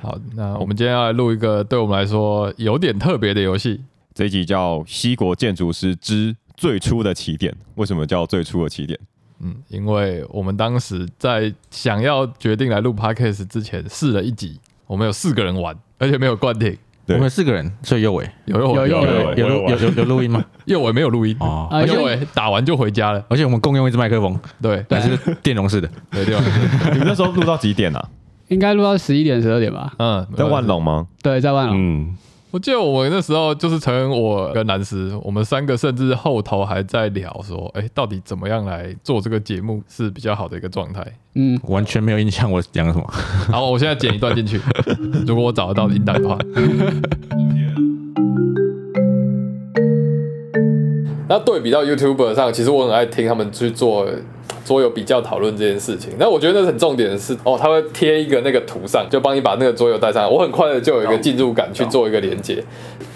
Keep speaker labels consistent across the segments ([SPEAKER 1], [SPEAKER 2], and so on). [SPEAKER 1] 好，那我们今天要来录一个对我们来说有点特别的游戏。
[SPEAKER 2] 这一集叫《西国建筑师之最初的起点》。为什么叫最初的起点？
[SPEAKER 1] 嗯，因为我们当时在想要决定来录 podcast 之前试了一集，我们有四个人玩，而且没有冠廷，
[SPEAKER 2] 对
[SPEAKER 3] 我们四个人，所以右尾
[SPEAKER 1] 有右
[SPEAKER 2] 有
[SPEAKER 1] 伟，
[SPEAKER 2] 有
[SPEAKER 3] 有录有有有录音吗？
[SPEAKER 1] 右伟没有录音，
[SPEAKER 3] 哦，
[SPEAKER 4] 啊
[SPEAKER 1] 右伟打完就回家了。
[SPEAKER 3] 而且我们共用一支麦克风，
[SPEAKER 1] 对
[SPEAKER 3] 还是电容式的。
[SPEAKER 1] 对对，
[SPEAKER 2] 你们那时候录到几点 啊？
[SPEAKER 4] 应该录到十一点、十二点吧？
[SPEAKER 1] 嗯，
[SPEAKER 2] 在万。隆吗？
[SPEAKER 4] 对，在万隆。
[SPEAKER 2] 嗯，
[SPEAKER 1] 我记得我们那时候就是陈恩我跟南师，我们三个甚至后头还在聊说，哎、到底怎么样来做这个节目是比较好的一个状态。
[SPEAKER 4] 嗯，
[SPEAKER 3] 完全没有印象我讲了什么。
[SPEAKER 1] 好，我现在剪一段进 去，如果我找得到音档的话。 那对比到 YouTuber 上，其实我很爱听他们去做桌游比较讨论这件事情。那我觉得那很重点的是，哦，他会贴一个那个图上，就帮你把那个桌游带上来。我很快的就有一个进入感去做一个连
[SPEAKER 4] 哦
[SPEAKER 1] 接。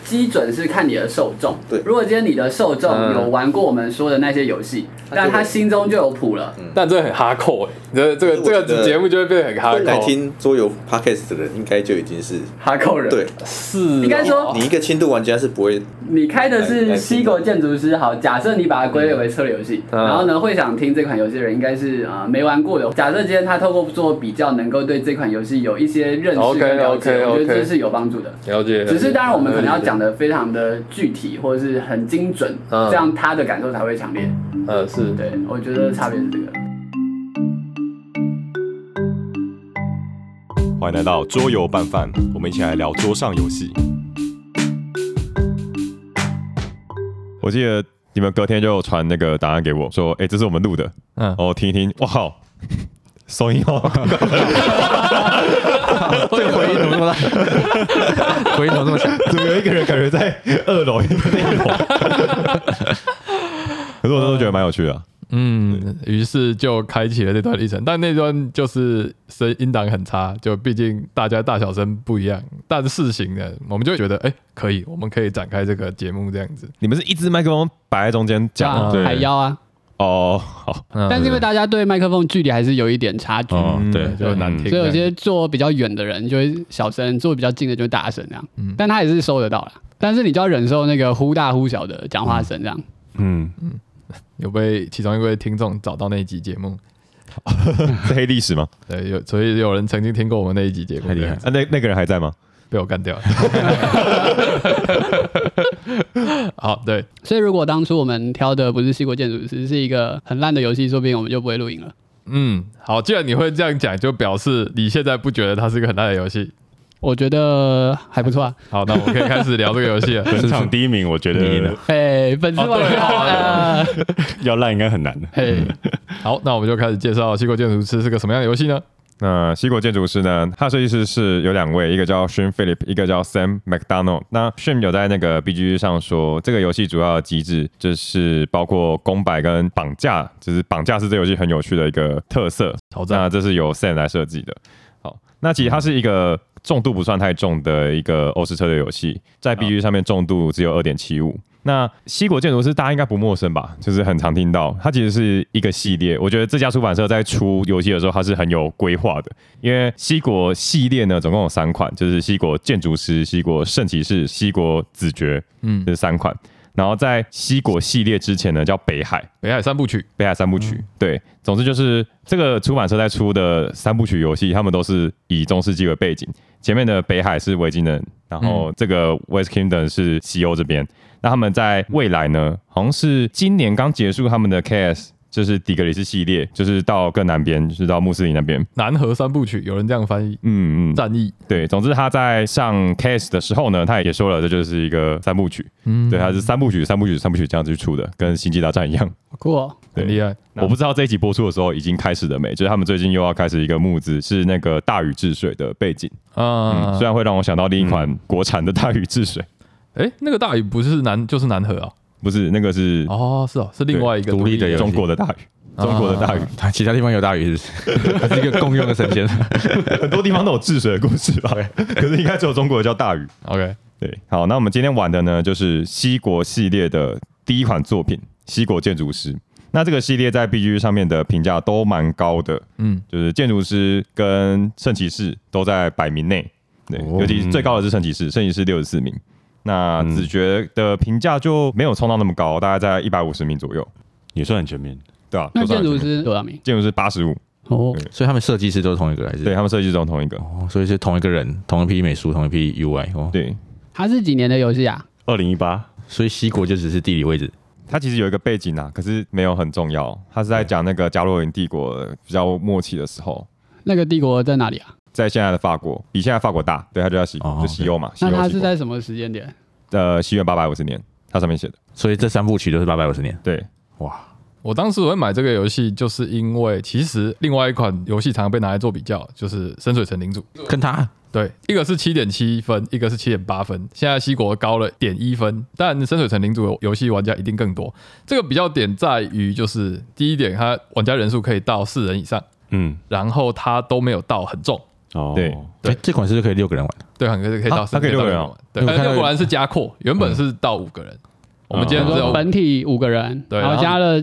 [SPEAKER 4] 基准是看你的受众。对，如果今天你的受众有玩过我们说的那些游戏，那他心中就嗯有谱了。
[SPEAKER 1] 但这很哈扣哎，这这
[SPEAKER 5] 可是
[SPEAKER 1] 个
[SPEAKER 5] 我
[SPEAKER 1] 这
[SPEAKER 5] 觉
[SPEAKER 1] 个
[SPEAKER 5] 得
[SPEAKER 1] 节目就会变得很哈
[SPEAKER 5] 会来
[SPEAKER 1] 扣。
[SPEAKER 5] 啊听桌游 podcast 的人，应该就已经是
[SPEAKER 4] 哈扣人，
[SPEAKER 5] 对，
[SPEAKER 1] 是
[SPEAKER 4] 应该说
[SPEAKER 5] 你一个轻度玩家是不会
[SPEAKER 4] 你开的是西狗建筑师，好，假设你把它归类为策略游戏，
[SPEAKER 1] 嗯
[SPEAKER 4] 然后呢，会想听这款游戏的人应该是啊、呃没玩过的。假设今天他透过做比较，能够对这款游戏有一些认识
[SPEAKER 1] OK，OK，OK
[SPEAKER 4] 跟了解我觉得这是有帮助的。
[SPEAKER 1] 了解，
[SPEAKER 4] 只是当然我们可能要讲的非常的具体或者是很精准，
[SPEAKER 1] 嗯
[SPEAKER 4] 这样他的感受才会强烈。
[SPEAKER 1] 呃是
[SPEAKER 4] 对，我觉得差别是这个。
[SPEAKER 2] 欢迎来到桌游拌饭，我们一起来聊桌上游戏。我记得你们隔天就有传那个答案给我，说：“哎、这是我们录的。”
[SPEAKER 1] 嗯
[SPEAKER 2] 嗯，我听一听，哇靠，收音哦，
[SPEAKER 3] 这个回音怎么那么大？回音怎么这么强？
[SPEAKER 2] 怎么有一个人感觉在 二楼，一个在一楼？ 可是我那时候觉得蛮有趣的啊、
[SPEAKER 1] 嗯，于是就开启了这段历程，但那段就是声音档很差，就毕竟大家大小声不一样，但事情呢，我们就觉得哎、可以，我们可以展开这个节目这样子。
[SPEAKER 2] 你们是一支麦克风摆在中间讲，对，
[SPEAKER 4] 海妖啊，
[SPEAKER 2] 哦，好，
[SPEAKER 1] 嗯
[SPEAKER 4] 但是因为大家对麦克风距离还是有一点差距，
[SPEAKER 3] 哦
[SPEAKER 1] 嗯
[SPEAKER 3] 对
[SPEAKER 1] 就很难听，
[SPEAKER 4] 所以有些坐比较远的人就会小声，坐比较近的就会大声这样。但他也是收得到啦，但是你就要忍受那个忽大忽小的讲话声这样。
[SPEAKER 2] 嗯，
[SPEAKER 1] 有被其中一位听众找到那一集节目，
[SPEAKER 2] 是 黑历史吗？
[SPEAKER 1] 对，有所以有人曾经听过我们那一集节目，
[SPEAKER 3] 太厉
[SPEAKER 1] 对
[SPEAKER 3] 害
[SPEAKER 2] 啊，那那个人还在吗？
[SPEAKER 1] 被我干掉了。 好，对，
[SPEAKER 4] 所以如果当初我们挑的不是西国建筑师，是一个很烂的游戏，说不定我们就不会录影了。
[SPEAKER 1] 嗯，好，既然你会这样讲，就表示你现在不觉得它是一个很烂的游戏。
[SPEAKER 4] 我觉得还不错啊，
[SPEAKER 1] 好，那我们可以开始聊这个游戏了。
[SPEAKER 6] 本场第一名，我觉
[SPEAKER 3] 你赢
[SPEAKER 6] 得
[SPEAKER 3] 了
[SPEAKER 4] 哎，本次
[SPEAKER 1] 哦
[SPEAKER 4] 我
[SPEAKER 1] 对
[SPEAKER 4] 啊，
[SPEAKER 6] 要烂应该很难的。
[SPEAKER 4] 嘿，
[SPEAKER 1] 好，那我们就开始介绍《西国建筑师》是个什么样的游戏呢？
[SPEAKER 2] 那西国建筑师呢？他的设计师是有两位，一个叫 Shane Philip，一个叫 Sam McDonald。那 Shane 有在那个 BGG 上说，这个游戏主要的机制就是包括公摆跟绑架，就是绑架是这游戏很有趣的一个特色。
[SPEAKER 1] 挑战
[SPEAKER 2] 那这是由 Sam 来设计的。好，那其实它是一个重度不算太重的一个欧式策略游戏，在 BG 上面重度只有二点七五。那西国建筑师大家应该不陌生吧？就是很常听到，它其实是一个系列。我觉得这家出版社在出游戏的时候，它是很有规划的，因为西国系列呢总共有三款，就是西国建筑师、西国圣骑士、西国子爵，
[SPEAKER 1] 嗯
[SPEAKER 2] 嗯，这三款。然后在西国系列之前呢，叫北海，
[SPEAKER 1] 北海三部曲，
[SPEAKER 2] 北海三部曲。对，总之就是这个出版社在出的三部曲游戏，他们都是以中世纪为背景。前面的北海是维京人，然后这个 West Kingdom 是西欧这边。那他们在未来呢，好像是今年刚结束他们的 KS，就是底格里斯系列，就是到更南边，就是到穆斯林那边。
[SPEAKER 1] 南河三部曲，有人这样翻译，
[SPEAKER 2] 嗯嗯，
[SPEAKER 1] 战役，
[SPEAKER 2] 对，总之他在上 case 的时候呢，他也说了，这就是一个三部曲，
[SPEAKER 1] 嗯
[SPEAKER 2] 对，他是三部曲、三部曲、三部曲这样子去出的，跟星际大战一样。
[SPEAKER 4] 好酷哦，
[SPEAKER 2] 对
[SPEAKER 1] 很厉害。
[SPEAKER 2] 我不知道这一集播出的时候已经开始了没，就是他们最近又要开始一个募资，是那个大禹治水的背景，嗯，
[SPEAKER 1] 啊
[SPEAKER 2] 虽，然会让我想到另一款国产的大禹治水，
[SPEAKER 1] 哎，那个大禹不是南就是南河啊？
[SPEAKER 2] 不是那个是
[SPEAKER 1] 哦，是哦，是另外一个
[SPEAKER 3] 对独立的游戏
[SPEAKER 2] 中国的大禹，中国的大禹，
[SPEAKER 3] 他其他地方有大鱼是不是？它是一个共用的神仙。
[SPEAKER 2] 很多地方都有治水的故事吧，可是应该只有中国叫大禹。
[SPEAKER 1] OK，
[SPEAKER 2] 对，好，那我们今天玩的呢，就是西国系列的第一款作品《西国建筑师》。那这个系列在 B G 上面的评价都蛮高的，
[SPEAKER 1] 嗯，
[SPEAKER 2] 就是建筑师跟圣骑士都在百名内。对，
[SPEAKER 3] 哦
[SPEAKER 2] 尤其是最高的是圣骑士，圣骑士六十四名。那
[SPEAKER 3] 嗯
[SPEAKER 2] 子爵的评价就没有冲到那么高，大概在一百五十名左右，
[SPEAKER 5] 也算很全面。
[SPEAKER 2] 对啊，
[SPEAKER 4] 那
[SPEAKER 2] 都算
[SPEAKER 4] 建
[SPEAKER 2] 很
[SPEAKER 4] 筑
[SPEAKER 2] 全面，
[SPEAKER 4] 师多少名？
[SPEAKER 2] 建筑师八十五，
[SPEAKER 4] 哦，
[SPEAKER 3] 所以他们设计师都是同一个还是？
[SPEAKER 2] 对他们设计中同一个，
[SPEAKER 3] 哦，所以是同一个人，同一批美术，同一批 UI 哦。
[SPEAKER 2] 对，
[SPEAKER 4] 它是几年的游戏啊？
[SPEAKER 5] 二零一八，
[SPEAKER 3] 所以西国就只是地理位置。
[SPEAKER 2] 它其实有一个背景啊，可是没有很重要。它是在讲那个加洛林帝国比较末期的时候，
[SPEAKER 4] 那个帝国在哪里啊？
[SPEAKER 2] 在现在的法国，比现在法国大，对，它就叫西，
[SPEAKER 3] 哦
[SPEAKER 2] 就西欧嘛。西
[SPEAKER 4] 那
[SPEAKER 2] 欧
[SPEAKER 4] 它
[SPEAKER 2] 西
[SPEAKER 4] 是
[SPEAKER 2] 国
[SPEAKER 4] 在什么时间点？
[SPEAKER 2] 呃西元八百五十年，它上面写的，
[SPEAKER 3] 所以这三部曲都是八百五十年，
[SPEAKER 2] 对，
[SPEAKER 3] 哇！
[SPEAKER 1] 我当时我会买这个游戏，就是因为其实另外一款游戏常常被拿来做比较，就是《深水城领主》。
[SPEAKER 3] 跟他
[SPEAKER 1] 对，一个是七点七分，一个是七点八分。现在西国高了点一分，但深水城领主游戏玩家一定更多。这个比较点在于，就是第一点，它玩家人数可以到四人以上，
[SPEAKER 5] 嗯，
[SPEAKER 1] 然后它都没有到很重。
[SPEAKER 5] 哦，
[SPEAKER 2] 对
[SPEAKER 3] 哎、这款是不是可以六个人玩？
[SPEAKER 1] 对，很可以可以到
[SPEAKER 2] 啊
[SPEAKER 1] 四，
[SPEAKER 2] 它可以六个人哦
[SPEAKER 1] 玩。对，
[SPEAKER 3] 我
[SPEAKER 1] 但
[SPEAKER 3] 看到
[SPEAKER 1] 是
[SPEAKER 3] 有
[SPEAKER 1] 果然是加扩，原本是到五个人，我们今天
[SPEAKER 4] 比
[SPEAKER 1] 只有
[SPEAKER 4] 如说本体五个人，
[SPEAKER 1] 对
[SPEAKER 4] 然
[SPEAKER 1] 然
[SPEAKER 4] 后
[SPEAKER 1] 后
[SPEAKER 4] 加了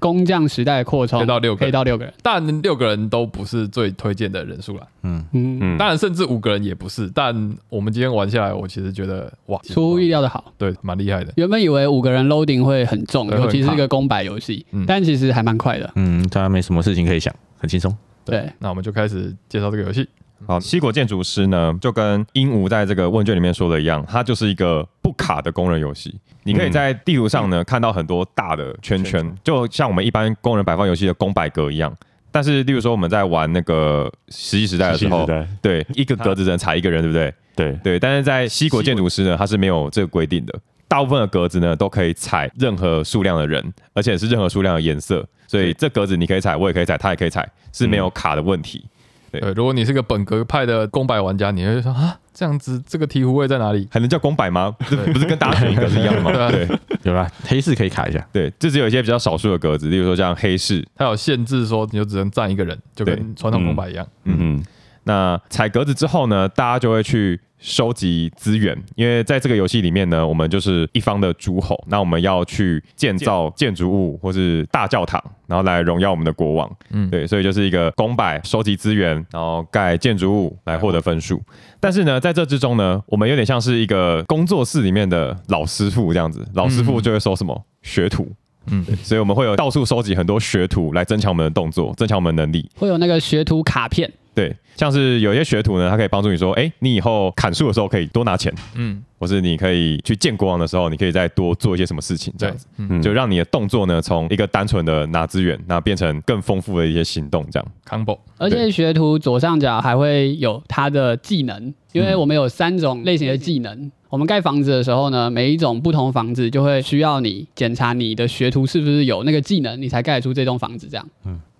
[SPEAKER 4] 工匠时代的扩充，
[SPEAKER 1] 可以到六个人
[SPEAKER 4] 可以到六个人。
[SPEAKER 1] 但六个人都不是最推荐的人数啦。
[SPEAKER 4] 嗯，
[SPEAKER 5] 嗯，
[SPEAKER 1] 当然，甚至五个人也不是。但我们今天玩下来，我其实觉得哇，
[SPEAKER 4] 出乎意料的好。
[SPEAKER 1] 对，蛮厉害的。
[SPEAKER 4] 原本以为五个人 loading 会很重，
[SPEAKER 1] 对
[SPEAKER 4] 尤其
[SPEAKER 1] 会
[SPEAKER 4] 是
[SPEAKER 1] 很
[SPEAKER 4] 一个公版游戏
[SPEAKER 1] 嗯，
[SPEAKER 4] 但其实还蛮快的。
[SPEAKER 3] 嗯，大家没什么事情可以想，很轻松。
[SPEAKER 4] 对，
[SPEAKER 1] 那我们就开始介绍这个游戏。
[SPEAKER 5] 嗯
[SPEAKER 2] 好，西国建筑师呢，就跟鹦鹉在这个问卷里面说的一样，它就是一个不卡的工人游戏。你
[SPEAKER 5] 嗯
[SPEAKER 2] 可以在地图上呢、看到很多大的圈圈，就像我们一般工人摆放游戏的公百格一样。但是，例如说我们在玩那个石器时代的时
[SPEAKER 5] 石器
[SPEAKER 2] 候
[SPEAKER 5] 时代，
[SPEAKER 2] 对，一个格子只能踩一个人，对不对？
[SPEAKER 5] 对，
[SPEAKER 2] 对，但是在西国建筑师呢，它是没有这个规定的。大部分的格子呢都可以踩任何数量的人，而且是任何数量的颜色，所以这格子你可以踩，我也可以踩，他也可以踩，是没
[SPEAKER 5] 嗯
[SPEAKER 2] 有卡的问题。对
[SPEAKER 1] 对，如果你是个本格派的公版玩家，你会说啊，这样子这个醍醐味在哪里？
[SPEAKER 2] 还能叫公摆吗？这不是跟大家选一个是一样的吗？
[SPEAKER 1] 对啊
[SPEAKER 2] 对
[SPEAKER 3] 有啦，黑市可以卡一下，
[SPEAKER 2] 对，这只有一些比较少数的格子，例如说像黑市。
[SPEAKER 1] 它有限制说你就只能站一个人，就跟
[SPEAKER 2] 对
[SPEAKER 1] 传统公版一样。
[SPEAKER 5] 嗯，
[SPEAKER 2] 那踩格子之后呢，大家就会去收集资源，因为在这个游戏里面呢，我们就是一方的诸侯，那我们要去建造建筑物或是大教堂，然后来荣耀我们的国王。
[SPEAKER 1] 嗯
[SPEAKER 2] 对，所以就是一个公摆收集资源，然后盖建筑物来获得分数。但是呢，在这之中呢，我们有点像是一个工作室里面的老师傅这样子，老师傅就会收什么、学徒。
[SPEAKER 1] 嗯
[SPEAKER 2] 嗯，所以我们会有到处收集很多学徒来增强我们的动作，增强我们的能力。
[SPEAKER 4] 会有那个学徒卡片，
[SPEAKER 2] 对，像是有一些学徒呢，他可以帮助你说，哎、你以后砍树的时候可以多拿钱，
[SPEAKER 1] 嗯，
[SPEAKER 2] 或是你可以去见国王的时候，你可以再多做一些什么事情，这
[SPEAKER 1] 对
[SPEAKER 2] 样子，，
[SPEAKER 1] 嗯，
[SPEAKER 5] 嗯
[SPEAKER 2] 就让你的动作呢，从一个单纯的拿资源，那变成更丰富的一些行动，这样。
[SPEAKER 1] combo
[SPEAKER 4] 而且学徒左上角还会有他的技能，因为我们有三种类型的技能。我们盖房子的时候呢，每一种不同房子就会需要你检查你的学徒是不是有那个技能，你才盖得出这栋房子。这样，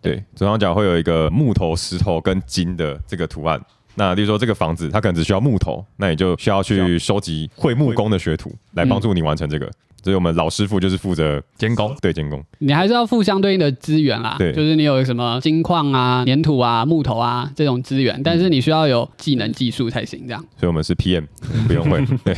[SPEAKER 2] 对，左上角会有一个木头、石头跟金的这个图案。那例如说这个房子，它可能只需要木头，那你就需要去收集会木工的学徒来
[SPEAKER 1] 嗯
[SPEAKER 2] 帮助你完成这个。所以我们老师傅就是负责
[SPEAKER 1] 监工，
[SPEAKER 2] 对监工，
[SPEAKER 4] 你还是要付相对应的资源啦，
[SPEAKER 2] 对
[SPEAKER 4] 就是你有什么金矿啊、粘土啊、木头啊这种资源，但是你需要有技能技术才行。这样，
[SPEAKER 2] 所以我们是 PM，不用会。对，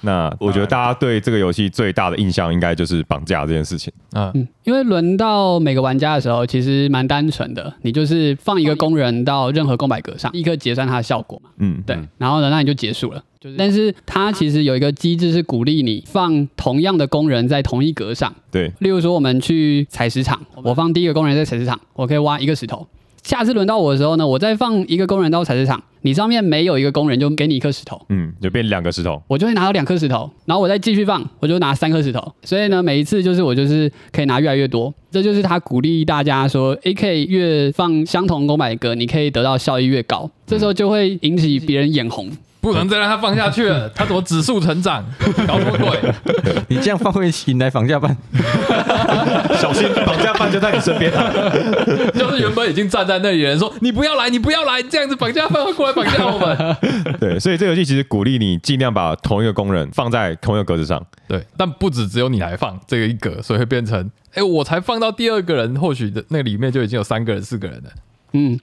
[SPEAKER 2] 那我觉得大家对这个游戏最大的印象应该就是绑架这件事情。
[SPEAKER 1] 啊，
[SPEAKER 4] 嗯，因为轮到每个玩家的时候，其实蛮单纯的，你就是放一个工人到任何公百格上，立刻结算它的效果嘛。
[SPEAKER 2] 嗯，
[SPEAKER 4] 对，然后呢，那你就结束了。就是，但是它其实有一个机制是鼓励你放同样的工人在同一格上。
[SPEAKER 2] 对，
[SPEAKER 4] 例如说，我们去采石场，我放第一个工人在采石场，我可以挖一个石头。下次轮到我的时候呢，我再放一个工人到采石场，你上面没有一个工人，就给你一颗石头。
[SPEAKER 2] 嗯，就变两个石头。
[SPEAKER 4] 我就会拿到两颗石头，然后我再继续放，我就拿三颗石头。所以呢，每一次就是我就是可以拿越来越多，这就是他鼓励大家说，诶，可以越放相同公百个，你可以得到效益越高。这时候就会引起别人眼红，
[SPEAKER 1] 不能再让它放下去了，它怎么指数成长？搞什么鬼？
[SPEAKER 3] 你这样放会引来房价办，，
[SPEAKER 2] 小 心绑架犯就在你身边啊！
[SPEAKER 1] 就是原本已经站在那里的人说你不要来，你不要来，这样子绑架犯会过来绑架我们。
[SPEAKER 2] 对，所以这个游戏其实鼓励你尽量把同一个工人放在同一个格子上。
[SPEAKER 1] 对，但不止只有你来放这个一格，所以会变成，哎、我才放到第二个人，或许的那里面就已经有三个人、四个人了。
[SPEAKER 4] 嗯。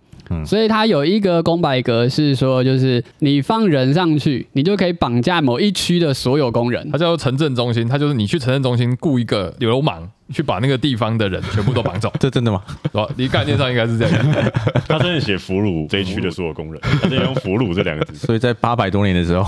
[SPEAKER 4] 所以它有一个公百格是说，就是你放人上去，你就可以绑架某一区的所有工人
[SPEAKER 2] 呃
[SPEAKER 1] 它。叫做城镇中心，它就是你去城镇中心雇一个流氓，去把那个地方的人全部都绑走
[SPEAKER 3] 这真的吗？
[SPEAKER 1] 是吧？你概念上应该是这样。
[SPEAKER 5] 他真的写俘虏这一区的所有工人，他真的用俘虏这两个字。
[SPEAKER 3] 所以在八百多年的时候，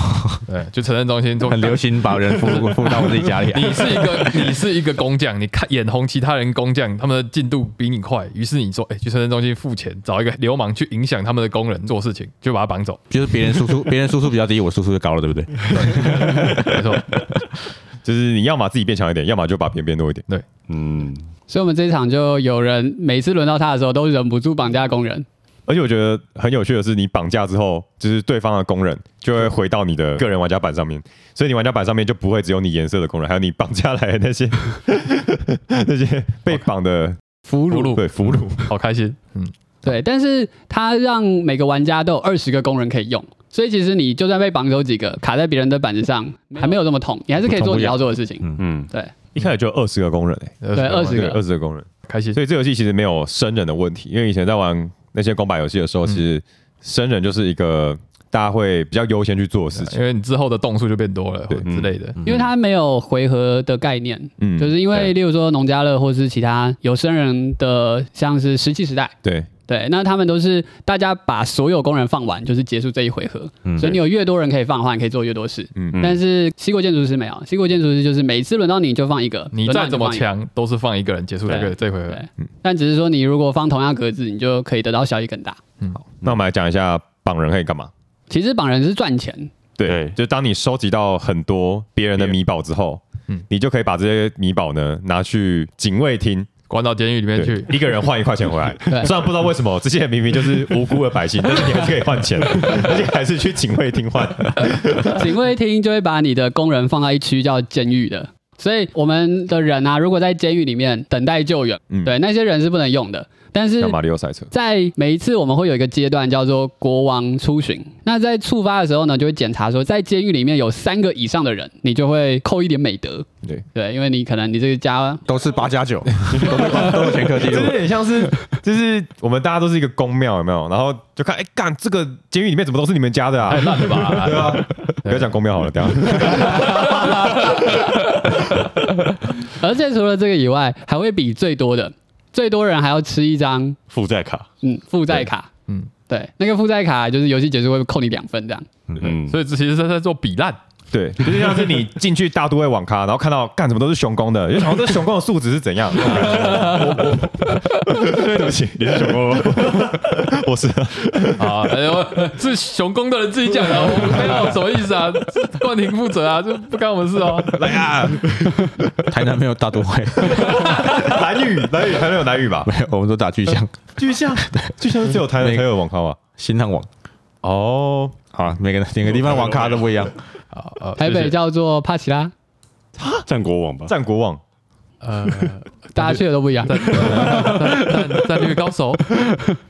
[SPEAKER 1] 对，就城镇中心做
[SPEAKER 3] 很流。行把人俘俘到我自己 家里来。
[SPEAKER 1] 你是一个，你是一个工匠，你看眼红其他人工匠，他们的进度比你快，于是你说，哎、去城镇中心付钱，找一个流氓去影响他们的工人做事情，就把他绑走。
[SPEAKER 3] 就是别人输出，别人输出比较低，我输出就高了，对 不对？
[SPEAKER 1] 没错，
[SPEAKER 2] 就是你要么自己变强一点，要么就把别人变弱一点。
[SPEAKER 1] 对，
[SPEAKER 5] 嗯，
[SPEAKER 4] 所以我们这一场就有人每次轮到他的时候，都忍不住绑架工人。
[SPEAKER 2] 而且我觉得很有趣的是，你绑架之后，就是对方的工人就会回到你的个人玩家板上面，所以你玩家板上面就不会只有你颜色的工人，还有你绑架来的那些 那些被绑的
[SPEAKER 1] 俘虏
[SPEAKER 2] 对俘虏。
[SPEAKER 1] 好开心，嗯，
[SPEAKER 4] 对，但是他让每个玩家都有二十个工人可以用，所以其实你就算被绑走几个，卡在别人的板子上，还没有那么痛，你还是可以做你要做的事情。
[SPEAKER 2] 嗯，
[SPEAKER 4] 对
[SPEAKER 2] 一开始就二十个工人哎、
[SPEAKER 4] 对，二十
[SPEAKER 1] 啊
[SPEAKER 2] 对，
[SPEAKER 4] 个
[SPEAKER 2] 二，十个工人，
[SPEAKER 1] 开心，
[SPEAKER 2] 所以这游戏其实没有生人的问题，因为以前在玩那些公版游戏的时候，其实生人就是一个大家会比较优先去做的事
[SPEAKER 1] 因
[SPEAKER 2] 情。
[SPEAKER 1] 为你之后的动数就变多了或
[SPEAKER 2] 对
[SPEAKER 1] 者之类的。
[SPEAKER 4] 因为他没有回合的概念，
[SPEAKER 2] 嗯
[SPEAKER 4] 就是因为
[SPEAKER 2] 对
[SPEAKER 4] 例如说农家乐或是其他有生人的，像是石器时代。
[SPEAKER 2] 对，
[SPEAKER 4] 对，那他们都是大家把所有工人放完，就是结束这一回合。所以你有越多人可以放的话，你可以做越多事。
[SPEAKER 2] 嗯
[SPEAKER 4] 但是西国建筑师没有，西国建筑师就是每次轮到你就放一个，
[SPEAKER 1] 你
[SPEAKER 4] 轮到
[SPEAKER 1] 再怎么
[SPEAKER 4] 就放一个，
[SPEAKER 1] 强，都是放一个人结束这个这回合
[SPEAKER 4] 对。但只是说你如果放同样格子，你就可以得到效益更大。
[SPEAKER 2] 那我们来讲一下绑人可以干嘛。
[SPEAKER 4] 其实绑人是赚 钱，
[SPEAKER 2] 对
[SPEAKER 5] 对，
[SPEAKER 2] 就当你收集到很多别人的米宝之后，
[SPEAKER 1] 嗯
[SPEAKER 2] 你就可以把这些米宝呢拿去警卫厅，
[SPEAKER 1] 关到监狱里面
[SPEAKER 2] 对
[SPEAKER 1] 去，，
[SPEAKER 2] 一个人换一块钱回来。
[SPEAKER 4] 对
[SPEAKER 2] 虽然不知道为什么这些人明明就是无辜的百姓，但是你还是可以换钱，而且还是去警卫厅换。
[SPEAKER 4] 警卫厅就会把你的工人放到一区叫监狱的。所以我们的人啊，如果在监狱里面等待救援，
[SPEAKER 2] 嗯
[SPEAKER 4] 对那些人是不能用的。但是
[SPEAKER 2] 像马里奥赛车，
[SPEAKER 4] 在每一次我们会有一个阶段叫做国王出巡。那在触发的时候呢，就会检查说，在监狱里面有三个以上的人，你就会扣一点美德。
[SPEAKER 2] 对，
[SPEAKER 4] 对，因为你可能你这个家
[SPEAKER 3] 都是八加九，都是八都有前科记
[SPEAKER 2] 这
[SPEAKER 3] 录
[SPEAKER 2] 有。点像是，就是我们大家都是一个公庙，有没有？然后就看，哎、干这个监狱里面怎么都是你们家的啊
[SPEAKER 1] 太？烂了吧？
[SPEAKER 2] 对啊，不要讲公庙好了，等一下
[SPEAKER 4] 而且除了这个以外，还会比最多的最多人还要吃一张
[SPEAKER 5] 负债卡，
[SPEAKER 4] 嗯负债卡，嗯
[SPEAKER 1] 嗯，
[SPEAKER 4] 对，那个负债卡就是游戏结束会扣你两分这样。
[SPEAKER 5] 嗯，
[SPEAKER 1] 所以这其实是在做比烂，
[SPEAKER 2] 对，就是像是你进去大都会网咖，然后看到干什么都是熊公的，就想说这熊公的素质是怎样？
[SPEAKER 5] 对不起，你是什么？
[SPEAKER 2] 我是
[SPEAKER 1] 啊，哎呦，是熊工的人自己讲的，我没有什么意思啊，是冠廷负责啊，这不干我们事哦。
[SPEAKER 2] 来啊，
[SPEAKER 3] 台南没有大都会，
[SPEAKER 2] 蓝雨，蓝雨，台南有蓝雨吧？
[SPEAKER 3] 没有，我们都打巨像、
[SPEAKER 2] 巨像，巨像只有台南才有网咖吧？
[SPEAKER 3] 新浪网。
[SPEAKER 2] 哦，
[SPEAKER 3] 好了，每个每个地方网咖都不一样。
[SPEAKER 1] 好，呃
[SPEAKER 4] 台
[SPEAKER 1] 谢
[SPEAKER 4] 北
[SPEAKER 1] 谢
[SPEAKER 4] 叫做帕奇拉，
[SPEAKER 5] 战国网吧，
[SPEAKER 2] 战国网，
[SPEAKER 1] 呃
[SPEAKER 4] 大家去的都不一样。
[SPEAKER 1] 战战略高手，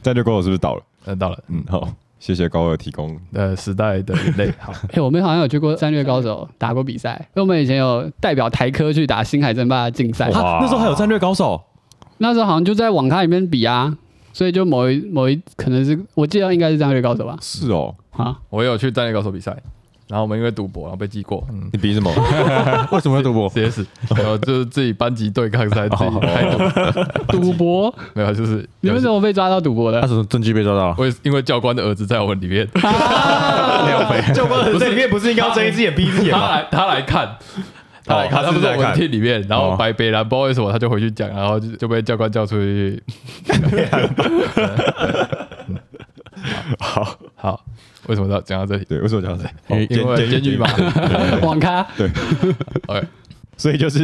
[SPEAKER 2] 战略国是不是倒了？
[SPEAKER 1] 嗯， 到了，
[SPEAKER 2] 嗯，好，谢谢高二提供。
[SPEAKER 1] 呃，时代的眼泪， 好，
[SPEAKER 4] 哎、我们好像有去过战略高手打过比赛，因为我们以前有代表台科去打星海争霸的竞赛，
[SPEAKER 2] 哇，那时候还有战略高手，
[SPEAKER 4] 那时候好像就在网咖里面比啊，所以就某一某一可能是我记得应该是战略高手吧，
[SPEAKER 2] 是哦，
[SPEAKER 4] 啊，
[SPEAKER 1] 我也有去战略高手比赛，然后我们因为赌博，然后被记过，嗯
[SPEAKER 2] 你 比什么？
[SPEAKER 3] 为什么要赌博？
[SPEAKER 1] ，CS，然后就是自己班级对抗 赛，自己开赌，
[SPEAKER 4] 赌博，
[SPEAKER 1] 没哦有，就是
[SPEAKER 4] 你们怎么被抓到赌博
[SPEAKER 3] 他
[SPEAKER 4] 的？
[SPEAKER 3] 什么证据被抓到 了？
[SPEAKER 1] 我也是因为教官的儿子在我们里 面，
[SPEAKER 2] 教官这里面不是应该要睁一只眼闭一只眼
[SPEAKER 1] 他
[SPEAKER 2] 吗？
[SPEAKER 1] 来他来看，他来看，他
[SPEAKER 2] 他是
[SPEAKER 1] 不是
[SPEAKER 2] 在
[SPEAKER 1] 我们
[SPEAKER 2] 看
[SPEAKER 1] team 里面，然后
[SPEAKER 3] 哦
[SPEAKER 1] 白北兰不知道为什么他就回去讲，然后就就被教官叫出去。 好好，为什么要讲到这里？
[SPEAKER 2] 对，为什么讲这？
[SPEAKER 3] 因为
[SPEAKER 1] 因为监狱嘛，
[SPEAKER 4] 网咖，
[SPEAKER 1] ，OK，
[SPEAKER 2] 所以就是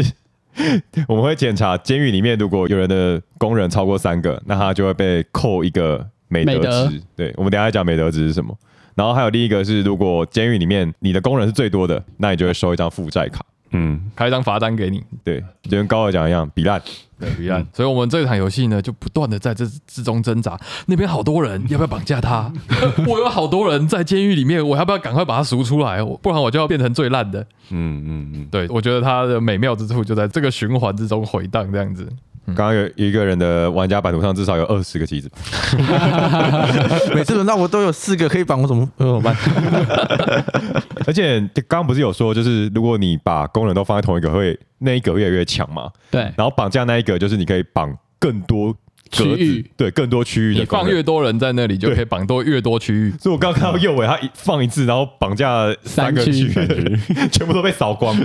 [SPEAKER 2] 我们会检查监狱里面如果有人的工人超过三个，那他就会被扣一个美德
[SPEAKER 4] 美德
[SPEAKER 2] 值。对，我们等一下讲美德值是什么。然后还有另一个是，如果监狱里面你的工人是最多的，那你就会收一张负债卡。
[SPEAKER 5] 嗯，
[SPEAKER 1] 开一张罚单给你，
[SPEAKER 2] 对，就跟高尔讲一样，比烂。
[SPEAKER 1] 对，不一样。所以我们这场游戏呢，就不断的在这之中挣扎。那边好多人，要不要绑架他？ 我有好多人在监狱里面，我要不要赶快把他赎出来？我不然我就要变成最烂的。
[SPEAKER 5] 嗯嗯嗯，
[SPEAKER 1] 对，我觉得它的美妙之处就在这个循环之中回荡，这样子。
[SPEAKER 2] 刚刚有一个人的玩家版图上至少有二十个棋子，
[SPEAKER 3] 每次轮到我都有四个可以绑，我怎么我怎么办？
[SPEAKER 2] 而且刚刚不是有说，就是如果你把工人都放在同一个会那一格越来越强嘛，
[SPEAKER 4] 对，
[SPEAKER 2] 然后绑架那一格就是你可以绑更多
[SPEAKER 4] 区
[SPEAKER 2] 格子
[SPEAKER 4] 域，
[SPEAKER 2] 对，更多区域
[SPEAKER 1] 你
[SPEAKER 2] 的功
[SPEAKER 1] 放
[SPEAKER 2] 能
[SPEAKER 1] 越多人在那里，就
[SPEAKER 2] 对
[SPEAKER 1] 可以绑多越多区域。
[SPEAKER 2] 所以我刚刚看到右尾，他一放一次，然后绑架了三个
[SPEAKER 4] 三
[SPEAKER 2] 区
[SPEAKER 4] 区，
[SPEAKER 2] 全部都被扫 光。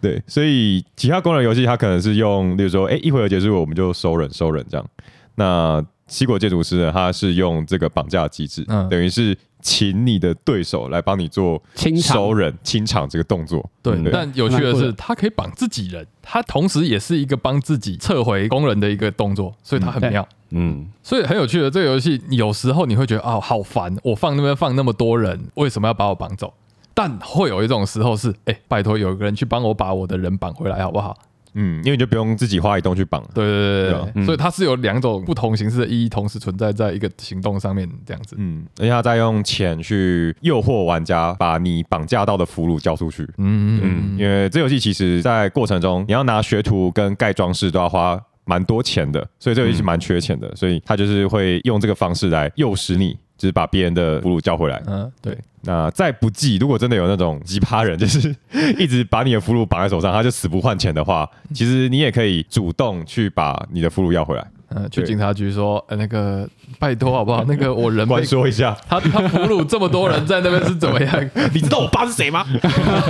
[SPEAKER 2] 对，所以其他功能游戏它可能是用，例如说，哎、一回合结束我们就收人收人这样。那西果建筑师呢，他是用这个绑架机制，
[SPEAKER 1] 嗯
[SPEAKER 2] 等于是请你的对手来帮你做
[SPEAKER 4] 清场
[SPEAKER 2] 收人清场这个动作。
[SPEAKER 1] 对，
[SPEAKER 2] 嗯
[SPEAKER 1] 但有趣的
[SPEAKER 4] 蛮酷
[SPEAKER 1] 是，
[SPEAKER 4] 的
[SPEAKER 1] 它可以绑自己人，它同时也是一个帮自己撤回工人的一个动作，所以它很
[SPEAKER 4] 对
[SPEAKER 1] 妙。
[SPEAKER 5] 嗯，
[SPEAKER 1] 所以很有趣的这个游戏，有时候你会觉得哦，好烦，我放那边放那么多人，为什么要把我绑走？但会有一种时候是，哎、拜托有一个人去帮我把我的人绑回来，好不好？
[SPEAKER 2] 嗯，因为你就不用自己花移动去绑。
[SPEAKER 1] 对对对
[SPEAKER 2] 对
[SPEAKER 1] 对
[SPEAKER 2] 啊
[SPEAKER 1] 对，所以它是有两种不同形式的意义同时存在在一个行动上面，这样子。
[SPEAKER 2] 嗯，而且他在用钱去诱惑玩家把你绑架到的俘虏交出去。
[SPEAKER 1] 嗯嗯嗯，
[SPEAKER 2] 嗯，因为这游戏其实在过程中，你要拿学徒跟盖装饰都要花蛮多钱的，所以这游戏是蛮缺钱的，所以他就是会用这个方式来诱使你，就是把别人的俘虏叫回来。
[SPEAKER 1] 嗯，对，
[SPEAKER 2] 那再不济，如果真的有那种奇葩人，就是一直把你的俘虏绑在手上，他就死不换钱的话， 其实你也可以主动去把你的俘虏要回来，
[SPEAKER 1] 嗯，去
[SPEAKER 2] 对
[SPEAKER 1] 警察局说，呃，那个拜托好不好？那个我人被
[SPEAKER 2] 关说一下，
[SPEAKER 1] 他他俘虏这么多人在那边是怎么样？
[SPEAKER 2] 你知道我爸是谁吗？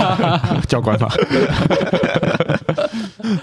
[SPEAKER 3] 教官吧，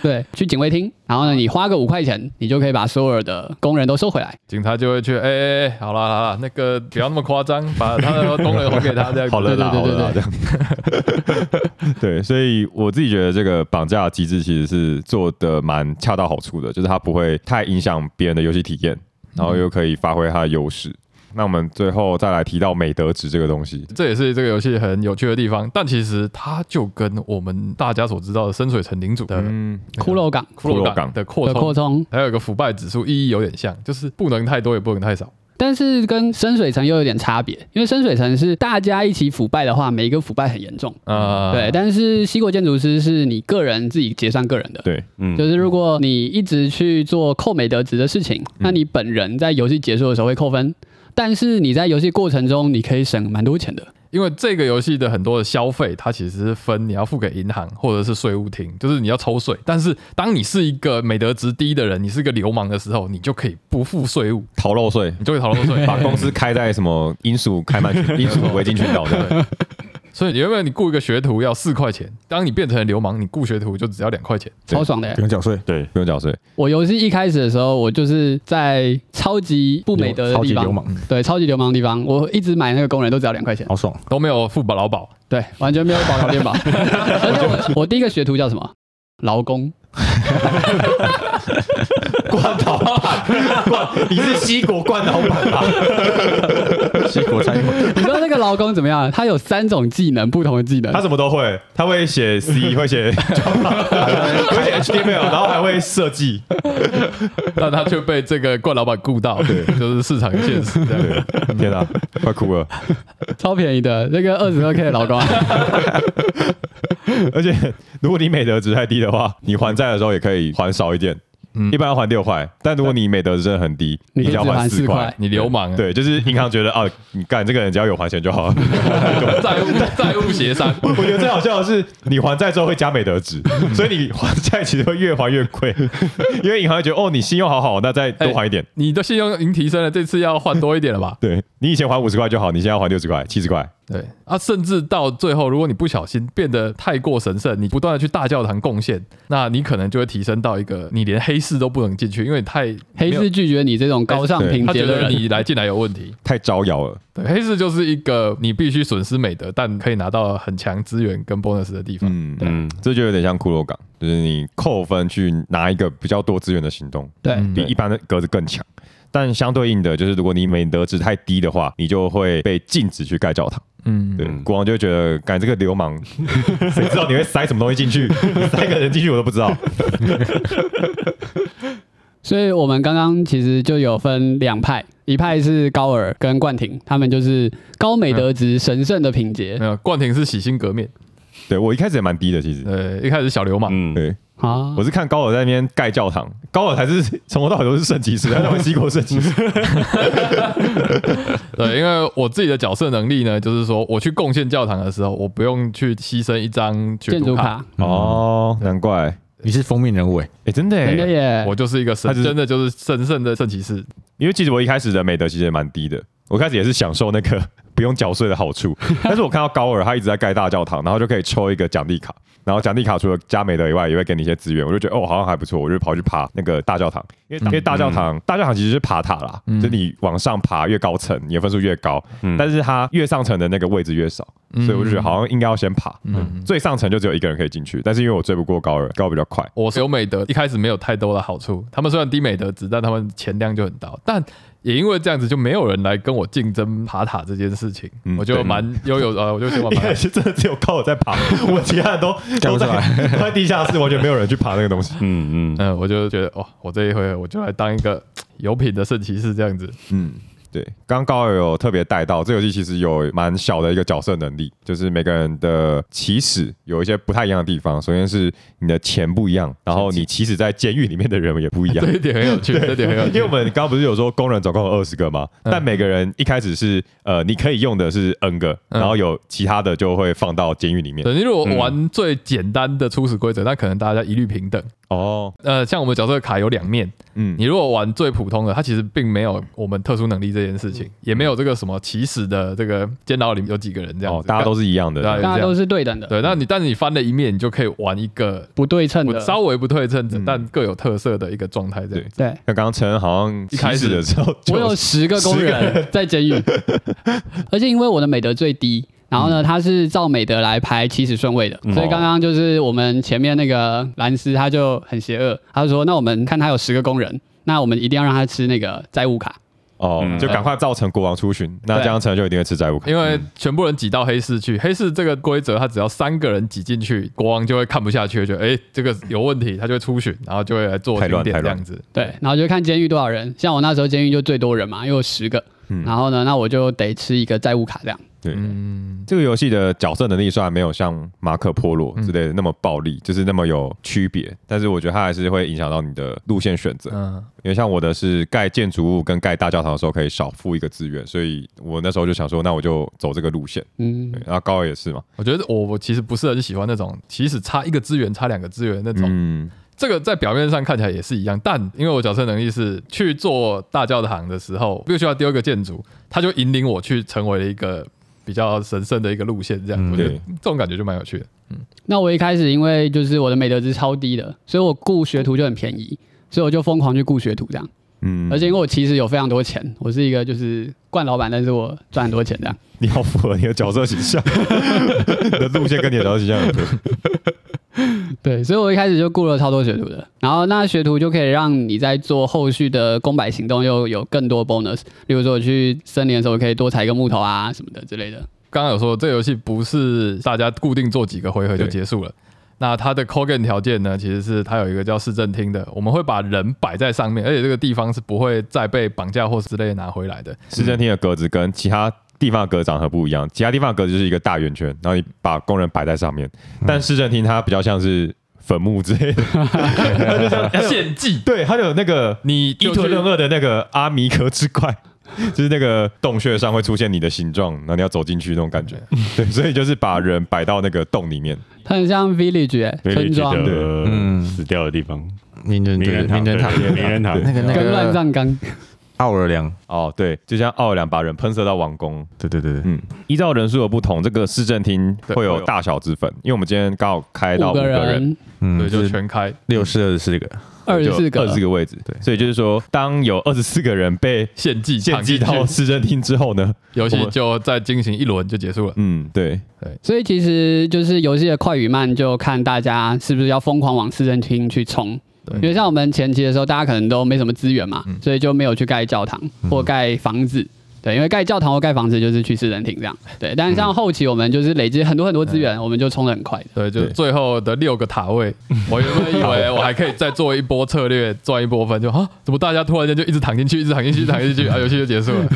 [SPEAKER 4] 对，去警卫厅，然后呢，你花个五块钱，你就可以把所有的工人都收回来。
[SPEAKER 1] 警察就会去，哎哎哎，好啦好啦，那个不要那么夸张，把他的工人还给他这样子。
[SPEAKER 2] 好了啦，
[SPEAKER 4] 对
[SPEAKER 2] 好
[SPEAKER 4] 对对
[SPEAKER 2] 了啦，这样。 对，所以我自己觉得这个绑架机制其实是做的蛮恰到好处的，就是它不会太影响别人的游戏体验，然后又可以发挥它的优势。那我们最后再来提到美德值这个东西，
[SPEAKER 1] 这也是这个游戏很有趣的地方，但其实它就跟我们大家所知道的深水城领主的
[SPEAKER 2] 嗯，
[SPEAKER 4] 骷髅港
[SPEAKER 1] 骷
[SPEAKER 2] 骷
[SPEAKER 1] 髅
[SPEAKER 2] 髅
[SPEAKER 1] 港
[SPEAKER 2] 港
[SPEAKER 1] 的扩
[SPEAKER 4] 的扩
[SPEAKER 1] 充，
[SPEAKER 4] 充，
[SPEAKER 1] 还有一个腐败指数意义有点像，就是不能太多也不能太少。
[SPEAKER 4] 但是跟深水城又有点差别，因为深水城是大家一起腐败的话，每一个腐败很严重。
[SPEAKER 1] 啊，
[SPEAKER 4] 嗯对，但是西国建筑师是你个人自己结算个人的，
[SPEAKER 2] 呃对，
[SPEAKER 5] 嗯
[SPEAKER 4] 就是如果你一直去做扣美德值的事情，那你本人在游戏结束的时候会扣分，但是你在游戏过程中你可以省蛮多钱的。
[SPEAKER 1] 因为这个游戏的很多的消费，它其实是分你要付给银行或者是税务厅，就是你要抽税。但是当你是一个美德值低的人，你是个流氓的时候，你就可以不付税务，
[SPEAKER 2] 逃漏税，
[SPEAKER 1] 你就会逃漏税。
[SPEAKER 2] 把公 司开在什么英属开曼群、英属 维京群岛的，
[SPEAKER 1] 所以原本你雇一个学徒要四块钱，当你变成了流氓，你雇学徒就只要两块钱。
[SPEAKER 2] 对
[SPEAKER 4] 超爽的、
[SPEAKER 3] 不用缴税。
[SPEAKER 5] 对，
[SPEAKER 2] 不用缴税。
[SPEAKER 4] 我游戏一开始的时候，我就是在超级不美德的
[SPEAKER 3] 超级
[SPEAKER 4] 地
[SPEAKER 3] 流
[SPEAKER 4] 方，
[SPEAKER 3] 氓，哦
[SPEAKER 4] 对，超级流氓的地方，我一直买那个工人都只要两块钱，
[SPEAKER 3] 好爽！
[SPEAKER 1] 都没有付保劳保，
[SPEAKER 4] 对，完全没有保劳健保。而且我我第一个学徒叫什么？劳工，
[SPEAKER 2] 罐头版，你是西国罐头版 吧？
[SPEAKER 3] 西国餐馆
[SPEAKER 4] 你知道那个劳工怎么样？他有三种技能，不同的技能
[SPEAKER 2] 他。什么都会，他会写 C，会 写 Java，会写 HTML，然后还会设计。
[SPEAKER 1] 但他却被这个冠老板雇到，对，就是市场现实这样。
[SPEAKER 2] 对， 天哪、快哭了！
[SPEAKER 4] 超便宜的，那个二十二 K 的啊老公，
[SPEAKER 2] 而且如果你美德值太低的话，你还债的时候也可以还少一点，
[SPEAKER 1] 嗯
[SPEAKER 2] 一般要还六块。但如果你美德值真的很低，
[SPEAKER 4] 你可以
[SPEAKER 2] 只要
[SPEAKER 4] 只还
[SPEAKER 2] 四
[SPEAKER 4] 4块
[SPEAKER 1] 你流氓，，啊
[SPEAKER 2] 对，就是银行觉得啊，你干这个人只要有还钱就 好了。
[SPEAKER 1] 债务债务协商，
[SPEAKER 2] 我觉得最好笑的是，你还债之后会加美德值，所以你还债其实会越还越 贵，因为银行会觉得哦，你信用好好，那再多还一点。
[SPEAKER 1] 你的信用已经提升了，这次要换多一点了吧？
[SPEAKER 2] 对你以前还五十块就好，你现在要还六十块、七十块，
[SPEAKER 1] 对啊，甚至到最后，如果你不小心变得太过神圣，你不断的去大教堂贡献，那你可能就会提升到一个你连黑市都不能进去，因为你太
[SPEAKER 4] 黑
[SPEAKER 1] 没
[SPEAKER 4] 市拒绝你这种高尚
[SPEAKER 1] 有
[SPEAKER 4] 品
[SPEAKER 1] 他
[SPEAKER 4] 节
[SPEAKER 1] 觉
[SPEAKER 4] 的
[SPEAKER 1] 得
[SPEAKER 4] 人。
[SPEAKER 1] 你来进来有问题。
[SPEAKER 2] 太招摇了。
[SPEAKER 1] 对，黑市就是一个你必须损失美德，但可以拿到很强资源跟 bonus 的地方。
[SPEAKER 2] 嗯嗯，
[SPEAKER 5] 嗯，
[SPEAKER 2] 这就有点像骷髅港，就是你扣分去拿一个比较多资源的行动，
[SPEAKER 4] 对，
[SPEAKER 2] 比一般的格子更强。但相对应的，就是如果你美德值太低的话，你就会被禁止去盖教堂。
[SPEAKER 1] 嗯，
[SPEAKER 2] 对，国王就会觉得，干这个流氓， 谁知道你会塞什么东西进去？ 你塞一个人进去我都不知道。
[SPEAKER 4] 所以我们刚刚其实就有分两派，一派是高尔跟冠廷，他们就是高美德值神圣的品节
[SPEAKER 1] 没有，冠廷是洗心革面，
[SPEAKER 2] 对我一开始也蛮低的，其实。
[SPEAKER 1] 呃，一开始小流氓，
[SPEAKER 5] 嗯，
[SPEAKER 2] 对，
[SPEAKER 4] 啊
[SPEAKER 2] 我。是看高尔在那边盖教堂，高尔才是从头到尾都是圣骑士，他在玩西国圣骑士。
[SPEAKER 1] 对，因为我自己的角色能力呢，就是说我去贡献教堂的时候，我不用去牺牲一张学
[SPEAKER 4] 建
[SPEAKER 1] 徒
[SPEAKER 4] 筑
[SPEAKER 1] 卡，
[SPEAKER 4] 卡，
[SPEAKER 2] 哦，难怪。
[SPEAKER 3] 你是封面人物哎，
[SPEAKER 2] 哎，真的
[SPEAKER 4] 真的
[SPEAKER 2] 耶，
[SPEAKER 4] 耶，
[SPEAKER 1] 我就是一个神
[SPEAKER 2] 他，就是
[SPEAKER 1] 真的就是神圣的圣骑士，
[SPEAKER 2] 因为其实我一开始的美德其实也蛮低的，我一开始也是享受那个 不用缴税的好处，但是我看到高尔他一直在盖大教堂，然后就可以抽一个奖励卡，然后奖励卡除了加美德以外，也会给你一些资源，我就觉得哦好像还不错，我就跑去爬那个大教堂，因为因为大教堂大教堂其实是爬塔啦，就是你往上爬越高层，你的分数越高，但是它越上层的那个位置越少，所以我就觉得好像应该要先爬，最上层就只有一个人可以进去，但是因为我追不过高尔，高尔比较快，
[SPEAKER 1] 我是有美德，一开始没有太多的好处。他们虽然低美德值，但他们钱量就很大，但也因为这样子，就没有人来跟我竞争爬塔这件事情，
[SPEAKER 2] 嗯
[SPEAKER 1] 我就
[SPEAKER 2] 对
[SPEAKER 1] 蛮悠悠呃，我就先玩
[SPEAKER 2] 一
[SPEAKER 1] 爬塔
[SPEAKER 2] 开。始真的只有高尔在爬，我其他人都
[SPEAKER 3] 干
[SPEAKER 2] 都
[SPEAKER 3] 不出
[SPEAKER 2] 在
[SPEAKER 3] 来
[SPEAKER 2] 都在地下室，完全没有人去爬那个东西。
[SPEAKER 5] 嗯嗯，
[SPEAKER 1] 嗯，我就觉得哦，我这一回我就来当一个有品的圣骑士这样子。
[SPEAKER 2] 嗯，对，刚刚高尔有特别带到，这游戏其实有蛮小的一个角色能力，就是每个人的起始有一些不太一样的地方。首先是你的钱不一样，然后你起始在监狱里面的人也不一样
[SPEAKER 1] 这。一点很有趣，这一点很有
[SPEAKER 2] 因为我
[SPEAKER 1] 趣。
[SPEAKER 2] 们刚刚不是有说工人总共有二十个吗？但每个人一开始是呃，你可以用的是 N 个，
[SPEAKER 1] 嗯
[SPEAKER 2] 然后有其他的就会放到监狱里面。
[SPEAKER 1] 等于如果玩最简单的初始规则，那可能大家一律平等。
[SPEAKER 2] 哦，
[SPEAKER 1] 呃，像我们角色卡有两面，
[SPEAKER 2] 嗯
[SPEAKER 1] 你，如果玩最普通的，它其实并没有我们特殊能力这件事
[SPEAKER 2] 嗯
[SPEAKER 1] 情，也没有这个什么起始的这个监牢里面有几个人这样
[SPEAKER 2] 哦
[SPEAKER 1] 子，，
[SPEAKER 2] 大家都是一样的。
[SPEAKER 1] 对
[SPEAKER 4] 大家都是对啊等的，
[SPEAKER 1] 对，那你但是你翻了一面，你就可以玩一个
[SPEAKER 4] 不对称
[SPEAKER 1] 不
[SPEAKER 4] 的，
[SPEAKER 1] 稍微不对称的，
[SPEAKER 2] 嗯
[SPEAKER 1] 但各有特色的一个状态这样。
[SPEAKER 4] 对。
[SPEAKER 2] 那刚刚陈恩好像
[SPEAKER 1] 一开始
[SPEAKER 2] 起的时候就，
[SPEAKER 4] 我有十个工人在 监狱，而且因为我的美德最低，然
[SPEAKER 1] 嗯
[SPEAKER 4] 后呢，他是照美德来排起始顺位的，所以刚刚就是我们前面那个兰斯他就很邪恶，他就说那我们看他有十个工人，那我们一定要让他吃那个债务卡，
[SPEAKER 2] 哦，
[SPEAKER 5] 嗯
[SPEAKER 2] 就赶快造成国王出巡，那
[SPEAKER 4] 对
[SPEAKER 2] 这样陈恩就一定会吃债务卡。
[SPEAKER 1] 因为全部人挤到黑市去，黑市这个规则，他只要三个人挤进去，国王就会看不下去，就哎、这个有问题，他就会出巡，然后就会来做
[SPEAKER 2] 太
[SPEAKER 1] 景
[SPEAKER 2] 乱
[SPEAKER 1] 点
[SPEAKER 2] 太
[SPEAKER 1] 这
[SPEAKER 2] 乱
[SPEAKER 1] 样子。
[SPEAKER 4] 对，然后就看监狱多少人，像我那时候监狱就最多人嘛，因为我十个，
[SPEAKER 2] 嗯
[SPEAKER 4] 然后呢，那我就得吃一个债务卡这样，
[SPEAKER 2] 对，这个游戏的角色能力虽然没有像马可波罗之类的那么暴力，就是那么有区别，但是我觉得它还是会影响到你的路线选择。
[SPEAKER 1] 嗯，
[SPEAKER 2] 因为像我的是盖建筑物跟盖大教堂的时候可以少付一个资源，所以我那时候就想说，那我就走这个路线。
[SPEAKER 4] 嗯
[SPEAKER 2] 对，然后高尔也是嘛，
[SPEAKER 1] 我觉得我我其实不是很喜欢那种，其实差一个资源差两个资源那种，
[SPEAKER 2] 嗯，
[SPEAKER 1] 这个在表面上看起来也是一样，但因为我角色能力是去做大教堂的时候，必须要丢一个建筑，他就引领我去成为了一个比较神圣的一个路线，这样、
[SPEAKER 2] 嗯
[SPEAKER 1] 我觉得
[SPEAKER 2] 对
[SPEAKER 1] 这种感觉就蛮有趣的。
[SPEAKER 4] 那我一开始因为就是我的美德值超低的，所以我雇学徒就很便宜，所以我就疯狂去雇学徒这样。
[SPEAKER 2] 嗯，
[SPEAKER 4] 而且因为我其实有非常多钱，我是一个就是惯老板，但是我赚很多钱 这样。
[SPEAKER 2] 你要符合你的角色形象， 你的路线跟你的角色形象很合。
[SPEAKER 4] 对，所以我一开始就雇了超多学徒的，然后那学徒就可以让你在做后续的公百行动又有更多 bonus，例如说我去森林的时候我可以多采一个木头啊什么的之类的。
[SPEAKER 1] 刚刚有说这个游戏不是大家固定做几个回合就
[SPEAKER 2] 对
[SPEAKER 1] 结束了。那它的 c o g a n 条件呢，其实是它有一个叫市政厅的，我们会把人摆在上面，而且这个地方是不会再被绑架或之类拿回来的。
[SPEAKER 2] 市政厅的格子跟其他地方的格子长得不一样，其他地方的格子就是一个大圆圈，然后你把工人摆在上面，但市政厅它比较像是坟墓之类的，
[SPEAKER 1] 献祭，
[SPEAKER 2] 对，它就 有那个
[SPEAKER 1] 你
[SPEAKER 2] 伊
[SPEAKER 1] 就去
[SPEAKER 2] 藤润二的那个阿弥陀之怪。就是那个洞穴上会出现你的形状，然后你要走进去那种感觉，对，所以就是把人摆到那个洞里面，
[SPEAKER 4] 它很像 village 欸、
[SPEAKER 5] 所以
[SPEAKER 4] 村
[SPEAKER 5] 你记
[SPEAKER 4] 庄，
[SPEAKER 5] 得
[SPEAKER 3] 嗯
[SPEAKER 5] 死掉的地方，
[SPEAKER 3] 名人
[SPEAKER 5] 名
[SPEAKER 3] 对
[SPEAKER 5] 人堂，
[SPEAKER 3] 名人堂，
[SPEAKER 5] 对名人堂，
[SPEAKER 3] 那个那
[SPEAKER 4] 跟乱
[SPEAKER 3] 个
[SPEAKER 4] 葬岗。
[SPEAKER 3] 奥尔良，
[SPEAKER 2] 哦，对，就像奥尔良把人喷射到王宫，
[SPEAKER 3] 对对对对，
[SPEAKER 2] 嗯，依照人数的不同，这个市政厅
[SPEAKER 1] 对
[SPEAKER 2] 会有大小之分，因为我们今天刚好开到
[SPEAKER 4] 五
[SPEAKER 2] 五个
[SPEAKER 4] 个
[SPEAKER 2] 人，
[SPEAKER 4] 人，
[SPEAKER 1] 所
[SPEAKER 3] 嗯，
[SPEAKER 1] 以
[SPEAKER 3] 就
[SPEAKER 1] 就是全开。
[SPEAKER 3] 六十二十个，
[SPEAKER 4] 二十四个，
[SPEAKER 2] 二十四个位置，
[SPEAKER 3] 对
[SPEAKER 2] 所以就是说，当有二十四个人被
[SPEAKER 1] 献祭，
[SPEAKER 2] 献祭
[SPEAKER 1] 躺
[SPEAKER 2] 到
[SPEAKER 1] 进去
[SPEAKER 2] 市政厅之后呢，
[SPEAKER 1] 游
[SPEAKER 2] 我
[SPEAKER 1] 戏
[SPEAKER 2] 们
[SPEAKER 1] 就再进行一轮就结束了。
[SPEAKER 2] 嗯，对，
[SPEAKER 4] 所以其实就是游戏的快与慢，就看大家是不是要疯狂往市政厅去冲。因为像我们前期的时候，大家可能都没什么资源嘛，
[SPEAKER 2] 嗯
[SPEAKER 4] 所以就没有去盖教堂或盖房子。对，因为盖教堂或盖房子就是去市政厅这样。对，但是像后期我们就是累积很多很多资源，
[SPEAKER 2] 嗯
[SPEAKER 4] 我们就冲得很快的。
[SPEAKER 1] 对，就
[SPEAKER 2] 对
[SPEAKER 1] 最后的六个塔位，我原本以 为我还可以再做一波策略，赚一波分，就啊，怎么大家突然间就一直躺进去，一直躺进去，一直躺进去，啊，游戏就结束了。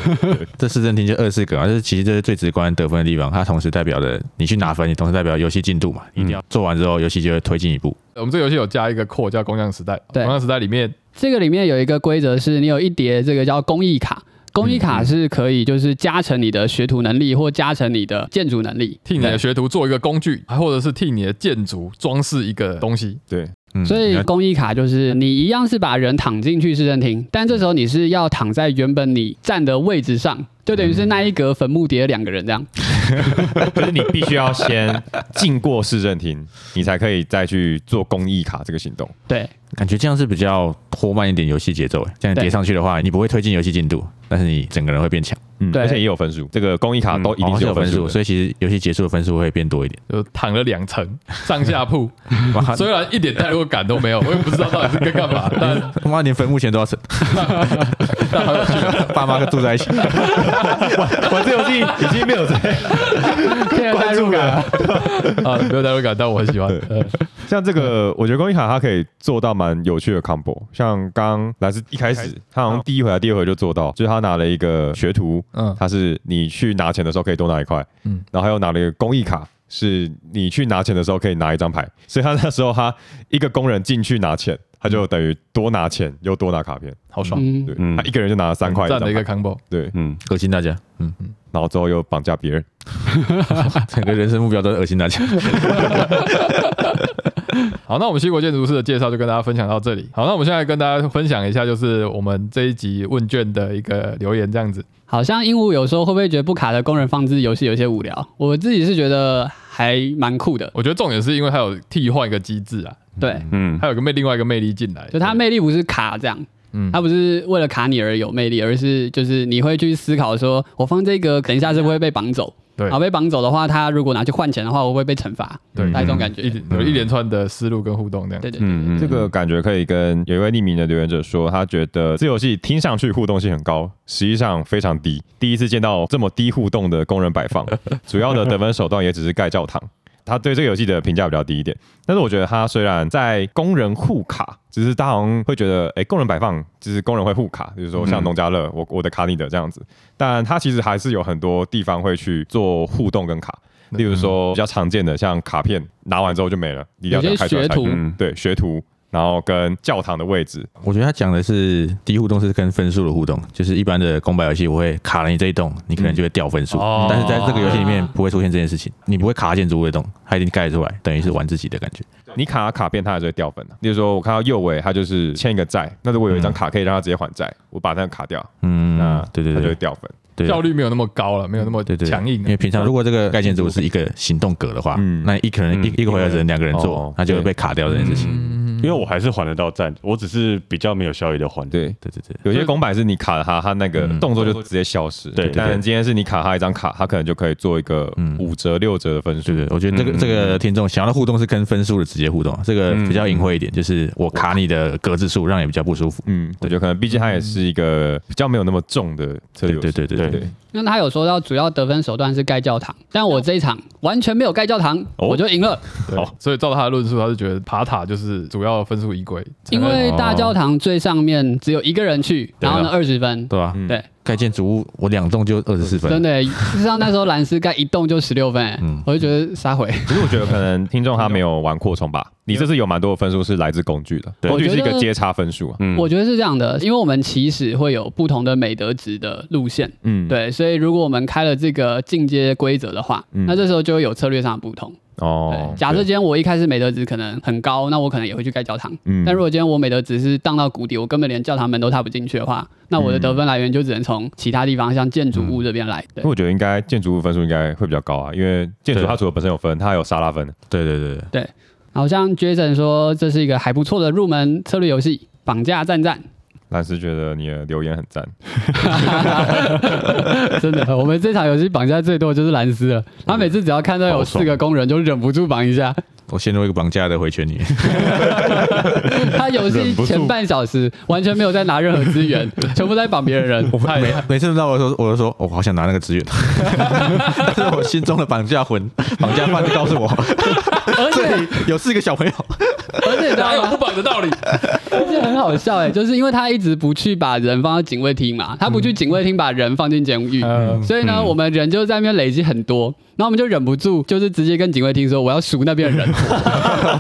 [SPEAKER 3] 这市政厅就二十个，啊，就是其实这是最直观得分的地方，它同时代表了你去拿分，你同时代表游戏进度嘛，一定要做完之后，游戏就会推进一步。
[SPEAKER 1] 我们这个游戏有加一个扩叫工匠时代，
[SPEAKER 4] 对
[SPEAKER 1] 工匠时代里面
[SPEAKER 4] 这个里面有一个规则是，你有一叠这个叫公益卡。公益
[SPEAKER 2] 嗯
[SPEAKER 4] 卡是可以就是加成你的学徒能力或加成你的建筑能力，
[SPEAKER 1] 替你的
[SPEAKER 4] 对
[SPEAKER 1] 学徒做一个工具，或者是替你的建筑装饰一个东西。
[SPEAKER 2] 对，
[SPEAKER 3] 嗯
[SPEAKER 4] 所
[SPEAKER 3] 你
[SPEAKER 4] 以
[SPEAKER 3] 要
[SPEAKER 4] 公益卡就是你一样是把人躺进去市政厅，但这时候你是要躺在原本你站的位置上，就等于是那一格坟墓叠了两个人这样。
[SPEAKER 2] 可是你必须要先进过市政厅，你才可以再去做公益卡这个行动。
[SPEAKER 4] 对，
[SPEAKER 3] 感觉这样是比较拖慢一点游戏节奏，哎这样
[SPEAKER 4] 对
[SPEAKER 3] 叠上去的话，你不会推进游戏进度，但是你整个人会变强，
[SPEAKER 2] 嗯，
[SPEAKER 4] 对
[SPEAKER 2] 而且也有分数，这个公益卡啊都一定
[SPEAKER 3] 哦
[SPEAKER 2] 是有分
[SPEAKER 3] 分
[SPEAKER 2] 数的。
[SPEAKER 3] 所以其实游戏结束的分数会变多一点。
[SPEAKER 1] 就躺了两层上下 铺，
[SPEAKER 3] 哇
[SPEAKER 1] 虽然一点代入感都没有，我也不知道到底是该干 嘛，但
[SPEAKER 3] 他妈连坟墓前都 要省，爸妈住在一起，
[SPEAKER 2] 我这游戏已经没有在
[SPEAKER 4] 现在代入感，
[SPEAKER 1] 啊没有代入感，但我很喜欢。呃
[SPEAKER 2] 像这个，我觉得公益卡它可以做到蛮有趣的 combo。像刚来自一开始，他好像第一回还是第二回就做到，就是他拿了一个学徒，
[SPEAKER 1] 嗯
[SPEAKER 2] 他是你去拿钱的时候可以多拿一块，
[SPEAKER 1] 嗯
[SPEAKER 2] 嗯，然后还有拿了一个公益卡，是你去拿钱的时候可以拿一张牌。所以他那时候他一个工人进去拿钱，他就等于多拿钱又多拿卡片，
[SPEAKER 1] 好爽，
[SPEAKER 4] 嗯，
[SPEAKER 2] 对，
[SPEAKER 5] 嗯
[SPEAKER 2] 他一个人就拿了三块
[SPEAKER 1] 赞的一
[SPEAKER 2] 张
[SPEAKER 1] 个
[SPEAKER 2] 牌
[SPEAKER 1] combo。
[SPEAKER 2] 对，
[SPEAKER 5] 嗯，
[SPEAKER 3] 恶心大家，嗯，
[SPEAKER 2] 然后之后又绑架别人。
[SPEAKER 3] 整个人生目标都是恶心大家。
[SPEAKER 1] 好，那我们西国建筑师的介绍就跟大家分享到这里。好，那我们现在跟大家分享一下，就是我们这一集问卷的一个留言这样子。
[SPEAKER 4] 好像鹦鹉有时候会不会觉得不卡的工人放置游戏有些无聊？我自己是觉得还蛮酷的，
[SPEAKER 1] 我觉得重点是因为它有替换一个机制啊，
[SPEAKER 4] 对，
[SPEAKER 5] 嗯，
[SPEAKER 1] 它有个魅另外一个魅力进来，
[SPEAKER 4] 就它魅力不是卡这样。
[SPEAKER 1] 嗯
[SPEAKER 4] 它不是为了卡你而有魅力，而是就是你会去思考说，我放这个，等一下是不会被绑走？
[SPEAKER 1] 对
[SPEAKER 4] 啊，被绑走的话，他如果拿去换钱的话，我会不会被惩罚？
[SPEAKER 1] 对
[SPEAKER 4] 那一种感觉。
[SPEAKER 1] 嗯一
[SPEAKER 4] 对
[SPEAKER 1] 有一连串的思路跟互动这样。
[SPEAKER 4] 对对，
[SPEAKER 5] 嗯嗯，
[SPEAKER 2] 这个感觉可以跟有一位匿名的留言者说，他觉得这游戏听上去互动性很高，实际上非常低。第一次见到这么低互动的工人摆放，主要的得分手段也只是盖教堂。他对这个游戏的评价比较低一点，但是我觉得他虽然在工人互卡，只是大家好像会觉得，哎、工人摆放就是工人会互卡，比如说像农家乐，我我的卡你的这样子，但他其实还是有很多地方会去做互动跟卡。例如
[SPEAKER 5] 嗯
[SPEAKER 2] 说比较常见的，像卡片拿完之后就没了，你一定要等
[SPEAKER 4] 有些
[SPEAKER 2] 开出来
[SPEAKER 4] 学
[SPEAKER 2] 才
[SPEAKER 4] 徒
[SPEAKER 5] 嗯
[SPEAKER 2] 对学徒，然后跟教堂的位置，
[SPEAKER 3] 我觉得他讲的是低互动是跟分数的互动，就是一般的公版游戏我会卡了你这一栋，你可能就会掉分数，
[SPEAKER 1] 嗯哦
[SPEAKER 3] 但是在这个游戏里面不会出现这件事情，你不会卡建筑物的洞，它已经盖出来，等于是玩自己的感觉。
[SPEAKER 2] 你卡卡片，它还是会掉分的、例如说，我看到右尾，他就是欠一个债，那如果有一张卡可以让他直接还债，我把那个卡掉，
[SPEAKER 3] 嗯
[SPEAKER 2] 那，
[SPEAKER 3] 对对
[SPEAKER 2] 他就会
[SPEAKER 3] 对
[SPEAKER 2] 掉分。
[SPEAKER 3] 对，
[SPEAKER 1] 效率没有那么高了，没有那么
[SPEAKER 3] 对对
[SPEAKER 1] 强硬啊
[SPEAKER 3] 因。为平常如果这个盖建筑是一个行动格的话，
[SPEAKER 2] 嗯
[SPEAKER 3] 那一可能一
[SPEAKER 2] 嗯
[SPEAKER 3] 一个回合只能两个人
[SPEAKER 2] 哦
[SPEAKER 3] 做
[SPEAKER 2] 哦，
[SPEAKER 3] 那就会被卡掉这件事情。
[SPEAKER 1] 嗯
[SPEAKER 5] 因为我还是还得到赞，我只是比较没有效率的还。，
[SPEAKER 2] 对，
[SPEAKER 3] 对对
[SPEAKER 2] 有
[SPEAKER 3] 对，
[SPEAKER 2] 些公版是你卡了他，他那个
[SPEAKER 3] 嗯
[SPEAKER 2] 动作就直接消失。
[SPEAKER 5] 对对对
[SPEAKER 2] 但今天是你卡他一张卡，他可能就可以做一个
[SPEAKER 3] 嗯
[SPEAKER 2] 五折、六折的分数
[SPEAKER 3] 对。对，我觉得这个
[SPEAKER 2] 嗯
[SPEAKER 3] 这个听众想要的互动是跟分数的直接互动，啊这个比较隐晦一点，就是我卡你的格子数，让你比较不舒服。
[SPEAKER 2] 嗯，我觉得可能毕竟它也是一个比较没有那么重的策
[SPEAKER 3] 对
[SPEAKER 2] 略游戏。
[SPEAKER 3] 对对对对
[SPEAKER 5] 对。
[SPEAKER 4] 那他有说到主要得分手段是盖教堂，但我这一场完全没有盖教堂，
[SPEAKER 2] 哦
[SPEAKER 4] 我就赢了，
[SPEAKER 1] 对，所以照他的论述，他是觉得爬塔就是主要分数依归，
[SPEAKER 4] 因 为大教堂最上面只有一个人去，
[SPEAKER 3] 对
[SPEAKER 4] 然
[SPEAKER 3] 啊
[SPEAKER 4] 后呢二十分，
[SPEAKER 3] 对吧？
[SPEAKER 2] 嗯
[SPEAKER 4] 对，
[SPEAKER 3] 盖建筑物，我两栋就二十四分，
[SPEAKER 4] 真的欸，事实上那时候蓝斯盖一栋就十六分欸
[SPEAKER 3] 嗯，
[SPEAKER 4] 我就觉得撒回。
[SPEAKER 2] 可是我觉得可能听众他没有玩扩充 吧，你这次有蛮多的分数是来自工具的，
[SPEAKER 5] 对
[SPEAKER 2] 工具是一
[SPEAKER 4] 我觉
[SPEAKER 2] 个
[SPEAKER 4] 得
[SPEAKER 2] 接差分数啊。
[SPEAKER 5] 嗯，
[SPEAKER 4] 我觉得是这样的，因为我们起始会有不同的美德值的路线，
[SPEAKER 2] 嗯，
[SPEAKER 4] 对，所以如果我们开了这个进阶规则的话，
[SPEAKER 2] 嗯
[SPEAKER 4] 那这时候就会有策略上的不同。
[SPEAKER 2] 哦
[SPEAKER 4] 对，，假设今天我一开始美德值可能很高，那我可能也会去盖教堂。
[SPEAKER 2] 嗯
[SPEAKER 4] 但如果今天我美德值是荡到谷底，我根本连教堂门都踏不进去的话，那我的得分来源就只能从其他地方，像建筑物这边来。对
[SPEAKER 2] 因为我觉得应该建筑物分数应该会比较高啊，因为建筑它除了本身有分，它还有沙拉分。
[SPEAKER 3] 对对对对，
[SPEAKER 4] 好像 Jason 说这是一个还不错的入门策略游戏，绑架赞 赞，
[SPEAKER 2] 蓝斯觉得你的留言很赞，
[SPEAKER 4] 真的，我们这场游戏绑架最多的就是蓝斯了，他每次只要看到有
[SPEAKER 5] 好爽
[SPEAKER 4] 四个工人就忍不住绑一下。
[SPEAKER 3] 我陷入一个绑架的回圈里面。
[SPEAKER 4] 他游戏前半小时完全没有在拿任何资源，全部在绑别人人。太
[SPEAKER 3] 每次轮到我说，我就说，我好想拿那个资源， 但是我心中的绑架魂、绑架犯告诉我，
[SPEAKER 4] 而且
[SPEAKER 3] 有四个小朋友，
[SPEAKER 4] 而且你知
[SPEAKER 1] 哪有
[SPEAKER 4] 道
[SPEAKER 1] 哎不
[SPEAKER 4] 吗？
[SPEAKER 1] 绑的道理？
[SPEAKER 4] 而且很好笑哎、就是因为他一直不去把人放到警卫厅嘛，他不去警卫厅把人放进监 狱，
[SPEAKER 1] 嗯
[SPEAKER 4] 所以呢，我们人就在那边累积很多，然后我们就忍不住，就是直接跟警卫厅说我要赎那边 的人，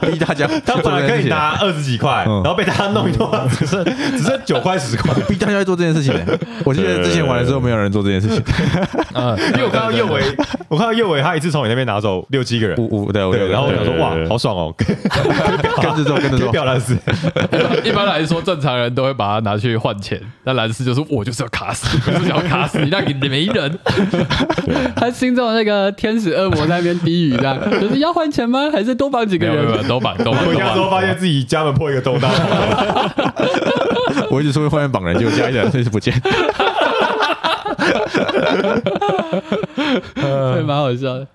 [SPEAKER 3] 逼大家，
[SPEAKER 7] 他本来可以拿二十几块，
[SPEAKER 3] 嗯
[SPEAKER 7] 然后被他弄一弄， 只剩只剩九块十块。
[SPEAKER 3] 逼大家做这件事情、我记得之前玩的时候没有人做这件事情，
[SPEAKER 1] 嗯，
[SPEAKER 7] 因为我看到右 伟，我看到右伟，他一次从你那边拿走六七 个人，
[SPEAKER 3] 五五对五
[SPEAKER 7] 对，然后我想说
[SPEAKER 5] 对对
[SPEAKER 7] 哇
[SPEAKER 5] 对，
[SPEAKER 7] 好
[SPEAKER 2] 啊
[SPEAKER 7] 爽哦，
[SPEAKER 3] 跟着做跟着
[SPEAKER 7] 可以
[SPEAKER 3] 做，
[SPEAKER 7] 表达是，
[SPEAKER 1] 一般来说，正常人都会把它拿去换钱，但蓝斯就是我就是要卡死， 我就是要卡死你，那你没人。
[SPEAKER 4] 他心中的那个天使恶魔在那边低语，这样就是要换钱吗？还是多绑 几
[SPEAKER 1] 没有
[SPEAKER 4] 个
[SPEAKER 1] 没有没 有，
[SPEAKER 4] 人？
[SPEAKER 1] 都绑都绑。
[SPEAKER 7] 回家之后发现自己家门破一个洞大，
[SPEAKER 3] 我一直说会换绑人，结果加一人就是不见，
[SPEAKER 4] 对，蛮好笑的。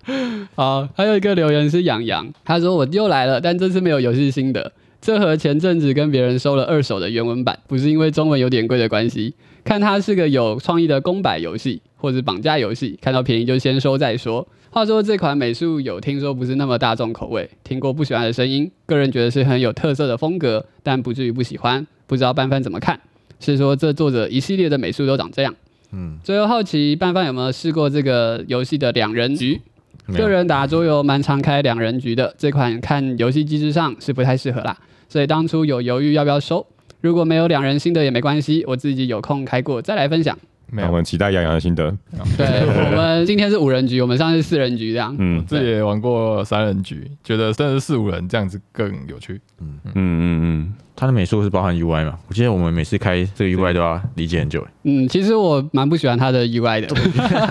[SPEAKER 4] 好，还有一个留言是养羊，他说我又来了，但这次没有游戏心得。这和前阵子跟别人收了二手的原文版，不是因为中文有点贵的关系。看它是个有创意的公版游戏或者绑架游戏，看到便宜就先收再说。话说这款美术有听说不是那么大众口味，听过不喜欢的声音，个人觉得是很有特色的风格，但不至于不喜欢。不知道半番怎么看？是说这作者一系列的美术都长这样。嗯，最后好奇半番有没有试过这个游戏的两人局？
[SPEAKER 3] 没有
[SPEAKER 4] 个人打桌游蛮常开两人局的，这款看游戏机制上是不太适合啦，所以当初有犹豫要不要收。如果没有两人新的也没关系，我自己有空开过再来分享。
[SPEAKER 2] 那我们期待杨洋的心得。
[SPEAKER 4] 对我们今天是五人局，我们上次四人局这样。
[SPEAKER 2] 嗯
[SPEAKER 1] 自己也玩过三人局，觉得甚至四五人这样子更有趣。
[SPEAKER 2] 嗯嗯
[SPEAKER 3] 他的美术是包含 UI 嘛？我记得我们每次开这个 UI 都要理解很久，
[SPEAKER 4] 嗯，其实我蛮不喜欢它的 UI 的。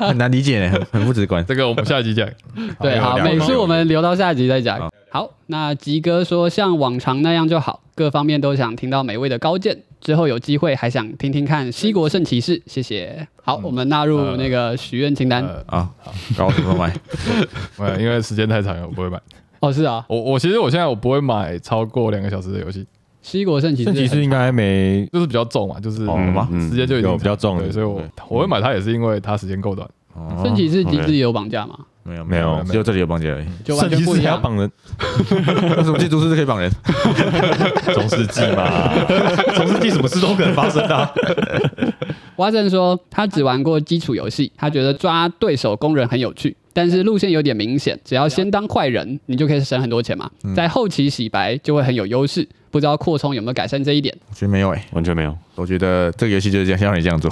[SPEAKER 3] 很 难理解呢，很很不直观。
[SPEAKER 1] 这个我们下一集 讲。
[SPEAKER 4] 对，好，
[SPEAKER 2] 聊
[SPEAKER 4] 美
[SPEAKER 2] 聊
[SPEAKER 4] 术我们留到下集再讲。好，那吉哥说像往常那样就好，各方面都想听到美味的高见。之后有机会还想听听看西国圣骑士，谢谢。好，我们纳入那个许愿清单。
[SPEAKER 1] 呃，
[SPEAKER 3] 啊，然后什么买？
[SPEAKER 1] 呃因为时间太长了，我不会买。
[SPEAKER 4] 哦，是啊，
[SPEAKER 1] 我我其实我现在我不会买超过两个小时的游戏，
[SPEAKER 4] 西国圣骑
[SPEAKER 2] 嗯，这
[SPEAKER 4] 士
[SPEAKER 2] 集是应该没
[SPEAKER 1] 就是比较重嘛，就是
[SPEAKER 2] 哦
[SPEAKER 1] 嘛，
[SPEAKER 2] 嗯
[SPEAKER 1] 时间就已经
[SPEAKER 2] 有比较重
[SPEAKER 1] 对
[SPEAKER 2] 的
[SPEAKER 1] 所以我我会买它也是因为它时间够短。
[SPEAKER 3] 哦
[SPEAKER 4] 圣骑士机
[SPEAKER 3] OK
[SPEAKER 4] 制有绑架
[SPEAKER 2] 哦
[SPEAKER 4] 吗？
[SPEAKER 3] 没有
[SPEAKER 2] 没有
[SPEAKER 3] 只有这里有绑架而已。
[SPEAKER 4] 就完
[SPEAKER 2] 圣
[SPEAKER 4] 全
[SPEAKER 2] 骑
[SPEAKER 4] 不
[SPEAKER 2] 士
[SPEAKER 4] 一
[SPEAKER 2] 还要
[SPEAKER 4] 样。
[SPEAKER 2] 绑人，
[SPEAKER 3] 但是我记得都是可以绑人，
[SPEAKER 2] 总是记嘛，总是记什么事都可能发生的啊。
[SPEAKER 4] 蛙正说他只玩过基础游戏，他觉得抓对手工人很有趣，但是路线有点明显，只要先当坏人，你就可以省很多钱嘛，
[SPEAKER 2] 嗯
[SPEAKER 4] 在后期洗白就会很有优势。不知道扩充有没有改善这一点
[SPEAKER 3] 我觉得没有哎、
[SPEAKER 5] 完全没有。
[SPEAKER 3] 我觉得这个游戏就是这样，让你这样做，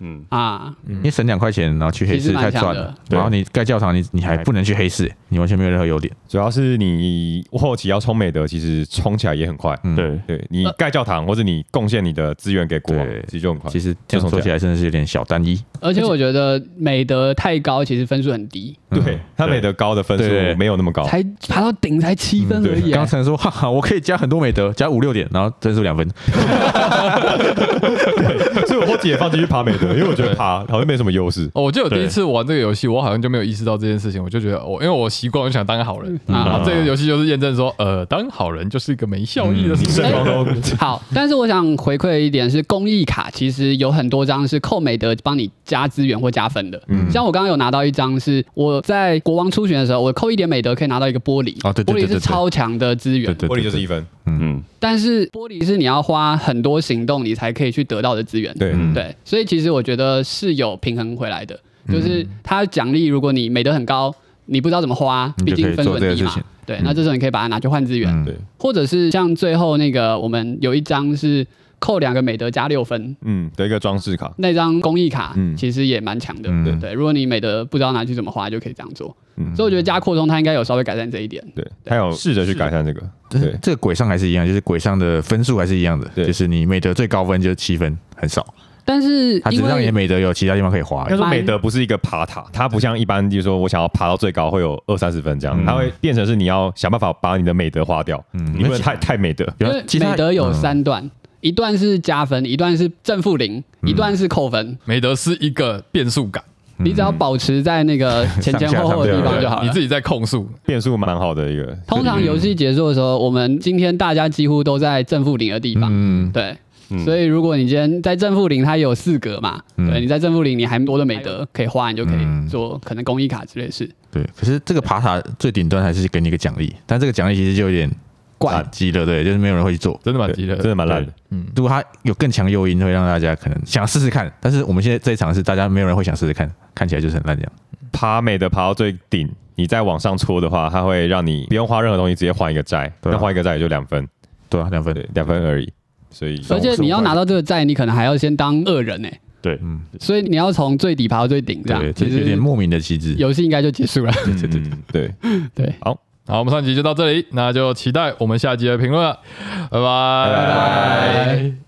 [SPEAKER 5] 嗯，
[SPEAKER 4] 啊？
[SPEAKER 3] 你省两块钱，然后去黑
[SPEAKER 4] 其实
[SPEAKER 3] 市
[SPEAKER 4] 蛮
[SPEAKER 3] 太
[SPEAKER 4] 强
[SPEAKER 3] 赚
[SPEAKER 4] 的
[SPEAKER 3] 了。然后你盖教堂，你你还不能去黑市，你完全没有任何优点。
[SPEAKER 2] 主要是你后期要冲美德，其实冲起来也很快。
[SPEAKER 3] 嗯
[SPEAKER 5] 对，
[SPEAKER 2] 对你盖教堂或者你贡献你的资源给国王
[SPEAKER 3] 对，
[SPEAKER 2] 其实就很快。
[SPEAKER 3] 其实哦这样说起来真的是有点小单一。
[SPEAKER 4] 而且我觉得美德太高，其实分数很低，
[SPEAKER 2] 嗯对他美德高的分
[SPEAKER 3] 对
[SPEAKER 2] 数没有那么高，
[SPEAKER 4] 才爬到顶才七分而已、
[SPEAKER 3] 哦刚
[SPEAKER 4] 啊。
[SPEAKER 3] 才说哈哈，我可以加很多美德，加五六点，然后分数两分。
[SPEAKER 2] 所以我后期也放进去爬美德，因为我觉得爬好像没什么优势。
[SPEAKER 1] 哦，我记得我第一次玩这个游戏，我好像就没有意识到这件事情，我就觉得我、哦、因为我习惯我就想当个好人，
[SPEAKER 4] 嗯
[SPEAKER 1] 啊，这个游戏就是验证说，呃，当好人就是一个没效益的事情。
[SPEAKER 2] 圣光都
[SPEAKER 4] 好，但是我想回馈一点是，公益卡其实有很多张是扣美德帮你加资源或加分的。
[SPEAKER 2] 嗯
[SPEAKER 4] 像我刚刚有拿到一张是我在国王初选的时候，我扣一点美德可以拿到一个玻璃，
[SPEAKER 3] 哦对对对
[SPEAKER 4] 玻璃
[SPEAKER 3] 对
[SPEAKER 4] 是
[SPEAKER 3] 对
[SPEAKER 4] 超强的资源，
[SPEAKER 3] 对
[SPEAKER 2] 玻璃就是一分，
[SPEAKER 5] 嗯，
[SPEAKER 4] 但是玻璃是你要花很多行动你才可以去得到的资源。
[SPEAKER 2] 对，
[SPEAKER 3] 嗯
[SPEAKER 4] 对，所以其实我觉得是有平衡回来的，就是它奖励，如果你美德很高，你不知道怎么花，
[SPEAKER 3] 你
[SPEAKER 4] 毕
[SPEAKER 3] 就可以
[SPEAKER 4] 竟分
[SPEAKER 3] 做这
[SPEAKER 4] 很
[SPEAKER 3] 个
[SPEAKER 4] 低
[SPEAKER 3] 事
[SPEAKER 4] 嘛
[SPEAKER 3] 情。
[SPEAKER 4] 对，那这时候你可以把它拿去换资源，
[SPEAKER 3] 嗯
[SPEAKER 2] 对
[SPEAKER 4] 或者是像最后那个，我们有一张是扣两个美德加六分，
[SPEAKER 2] 嗯的一个装饰卡，
[SPEAKER 4] 那张公益卡
[SPEAKER 2] 嗯
[SPEAKER 4] 其实也蛮强的。
[SPEAKER 3] 嗯
[SPEAKER 4] 对，如果你美德不知道拿去怎么花，就可以这样做。
[SPEAKER 2] 嗯
[SPEAKER 4] 所以我觉得加扩充它应该有稍微改善这一点。
[SPEAKER 2] 对，他有试着去改善这个，
[SPEAKER 3] 但是
[SPEAKER 2] 对
[SPEAKER 3] 这个鬼上还是一样，就是鬼上的分数还是一样的，
[SPEAKER 2] 对
[SPEAKER 3] 就是你美德最高分就是七分，很少，
[SPEAKER 4] 但是
[SPEAKER 3] 它只
[SPEAKER 4] 因
[SPEAKER 3] 是让你的
[SPEAKER 4] 为
[SPEAKER 3] 美德有其他地方可以花
[SPEAKER 2] 应
[SPEAKER 3] 而
[SPEAKER 2] 该
[SPEAKER 3] 已。
[SPEAKER 2] 说美德不是一个爬塔，它不像一般，就是说我想要爬到最高会有二三十分这样，
[SPEAKER 3] 嗯
[SPEAKER 2] 它会变成是你要想办法把你的美德花掉，
[SPEAKER 3] 嗯
[SPEAKER 2] 你不能太太美德。
[SPEAKER 4] 因
[SPEAKER 3] 有
[SPEAKER 4] 为
[SPEAKER 3] 其他嗯
[SPEAKER 4] 美德有三段，一段是加分，一段是正负零，
[SPEAKER 3] 嗯
[SPEAKER 4] 一段是扣分。
[SPEAKER 1] 美德是一个变数感，
[SPEAKER 4] 你只要
[SPEAKER 3] 嗯
[SPEAKER 4] 保持在 那个前前后后的地方
[SPEAKER 3] 啊
[SPEAKER 4] 就好
[SPEAKER 1] 你
[SPEAKER 4] 了
[SPEAKER 1] 自。己在控诉，
[SPEAKER 2] 变数蛮好的一个，
[SPEAKER 4] 通常游戏结束的时候，我们今天大家几乎都在正负零的地方，
[SPEAKER 3] 嗯，
[SPEAKER 4] 对。
[SPEAKER 5] 嗯
[SPEAKER 4] 所以如果你今天在正负零，它有四格嘛，
[SPEAKER 3] 嗯
[SPEAKER 4] 对，你在正负零，你还多的美德可以花，你就可以
[SPEAKER 3] 嗯
[SPEAKER 4] 做可能公益卡之类的事。
[SPEAKER 3] 对。可是这个爬塔最顶端还是给你一个奖励，但这个奖励其实就有点
[SPEAKER 4] 怪
[SPEAKER 3] 蛮。鸡的，对，就是没有人会去做。
[SPEAKER 1] 真的蛮
[SPEAKER 2] 对
[SPEAKER 1] 急的，
[SPEAKER 2] 真的蛮烂的
[SPEAKER 1] 对。嗯，
[SPEAKER 3] 如果它有更强诱因，会让大家可能想试试看。但是我们现在这一场是大家没有人会想试试看，看起来就是很烂这样。
[SPEAKER 2] 爬美的爬到最顶，你再往上戳的话，它会让你不用花任何东西，直接换一个债，
[SPEAKER 3] 对啊
[SPEAKER 2] 那换一个债也就两分，
[SPEAKER 3] 对啊，两分
[SPEAKER 2] 对，两分而已。所以
[SPEAKER 4] 而且你要拿到这个债，你可能还要先当恶人哎、
[SPEAKER 5] 对，
[SPEAKER 4] 所以你要从最底爬到最顶，这
[SPEAKER 3] 对，
[SPEAKER 4] 样
[SPEAKER 3] 这
[SPEAKER 4] 其
[SPEAKER 3] 有点
[SPEAKER 4] 实
[SPEAKER 3] 莫名的机制。
[SPEAKER 4] 游戏应该就结束了。
[SPEAKER 2] 嗯对对对，
[SPEAKER 4] 对，
[SPEAKER 1] 好，我们上集就到这里，那就期待我们下集的评论了，拜拜
[SPEAKER 2] 拜。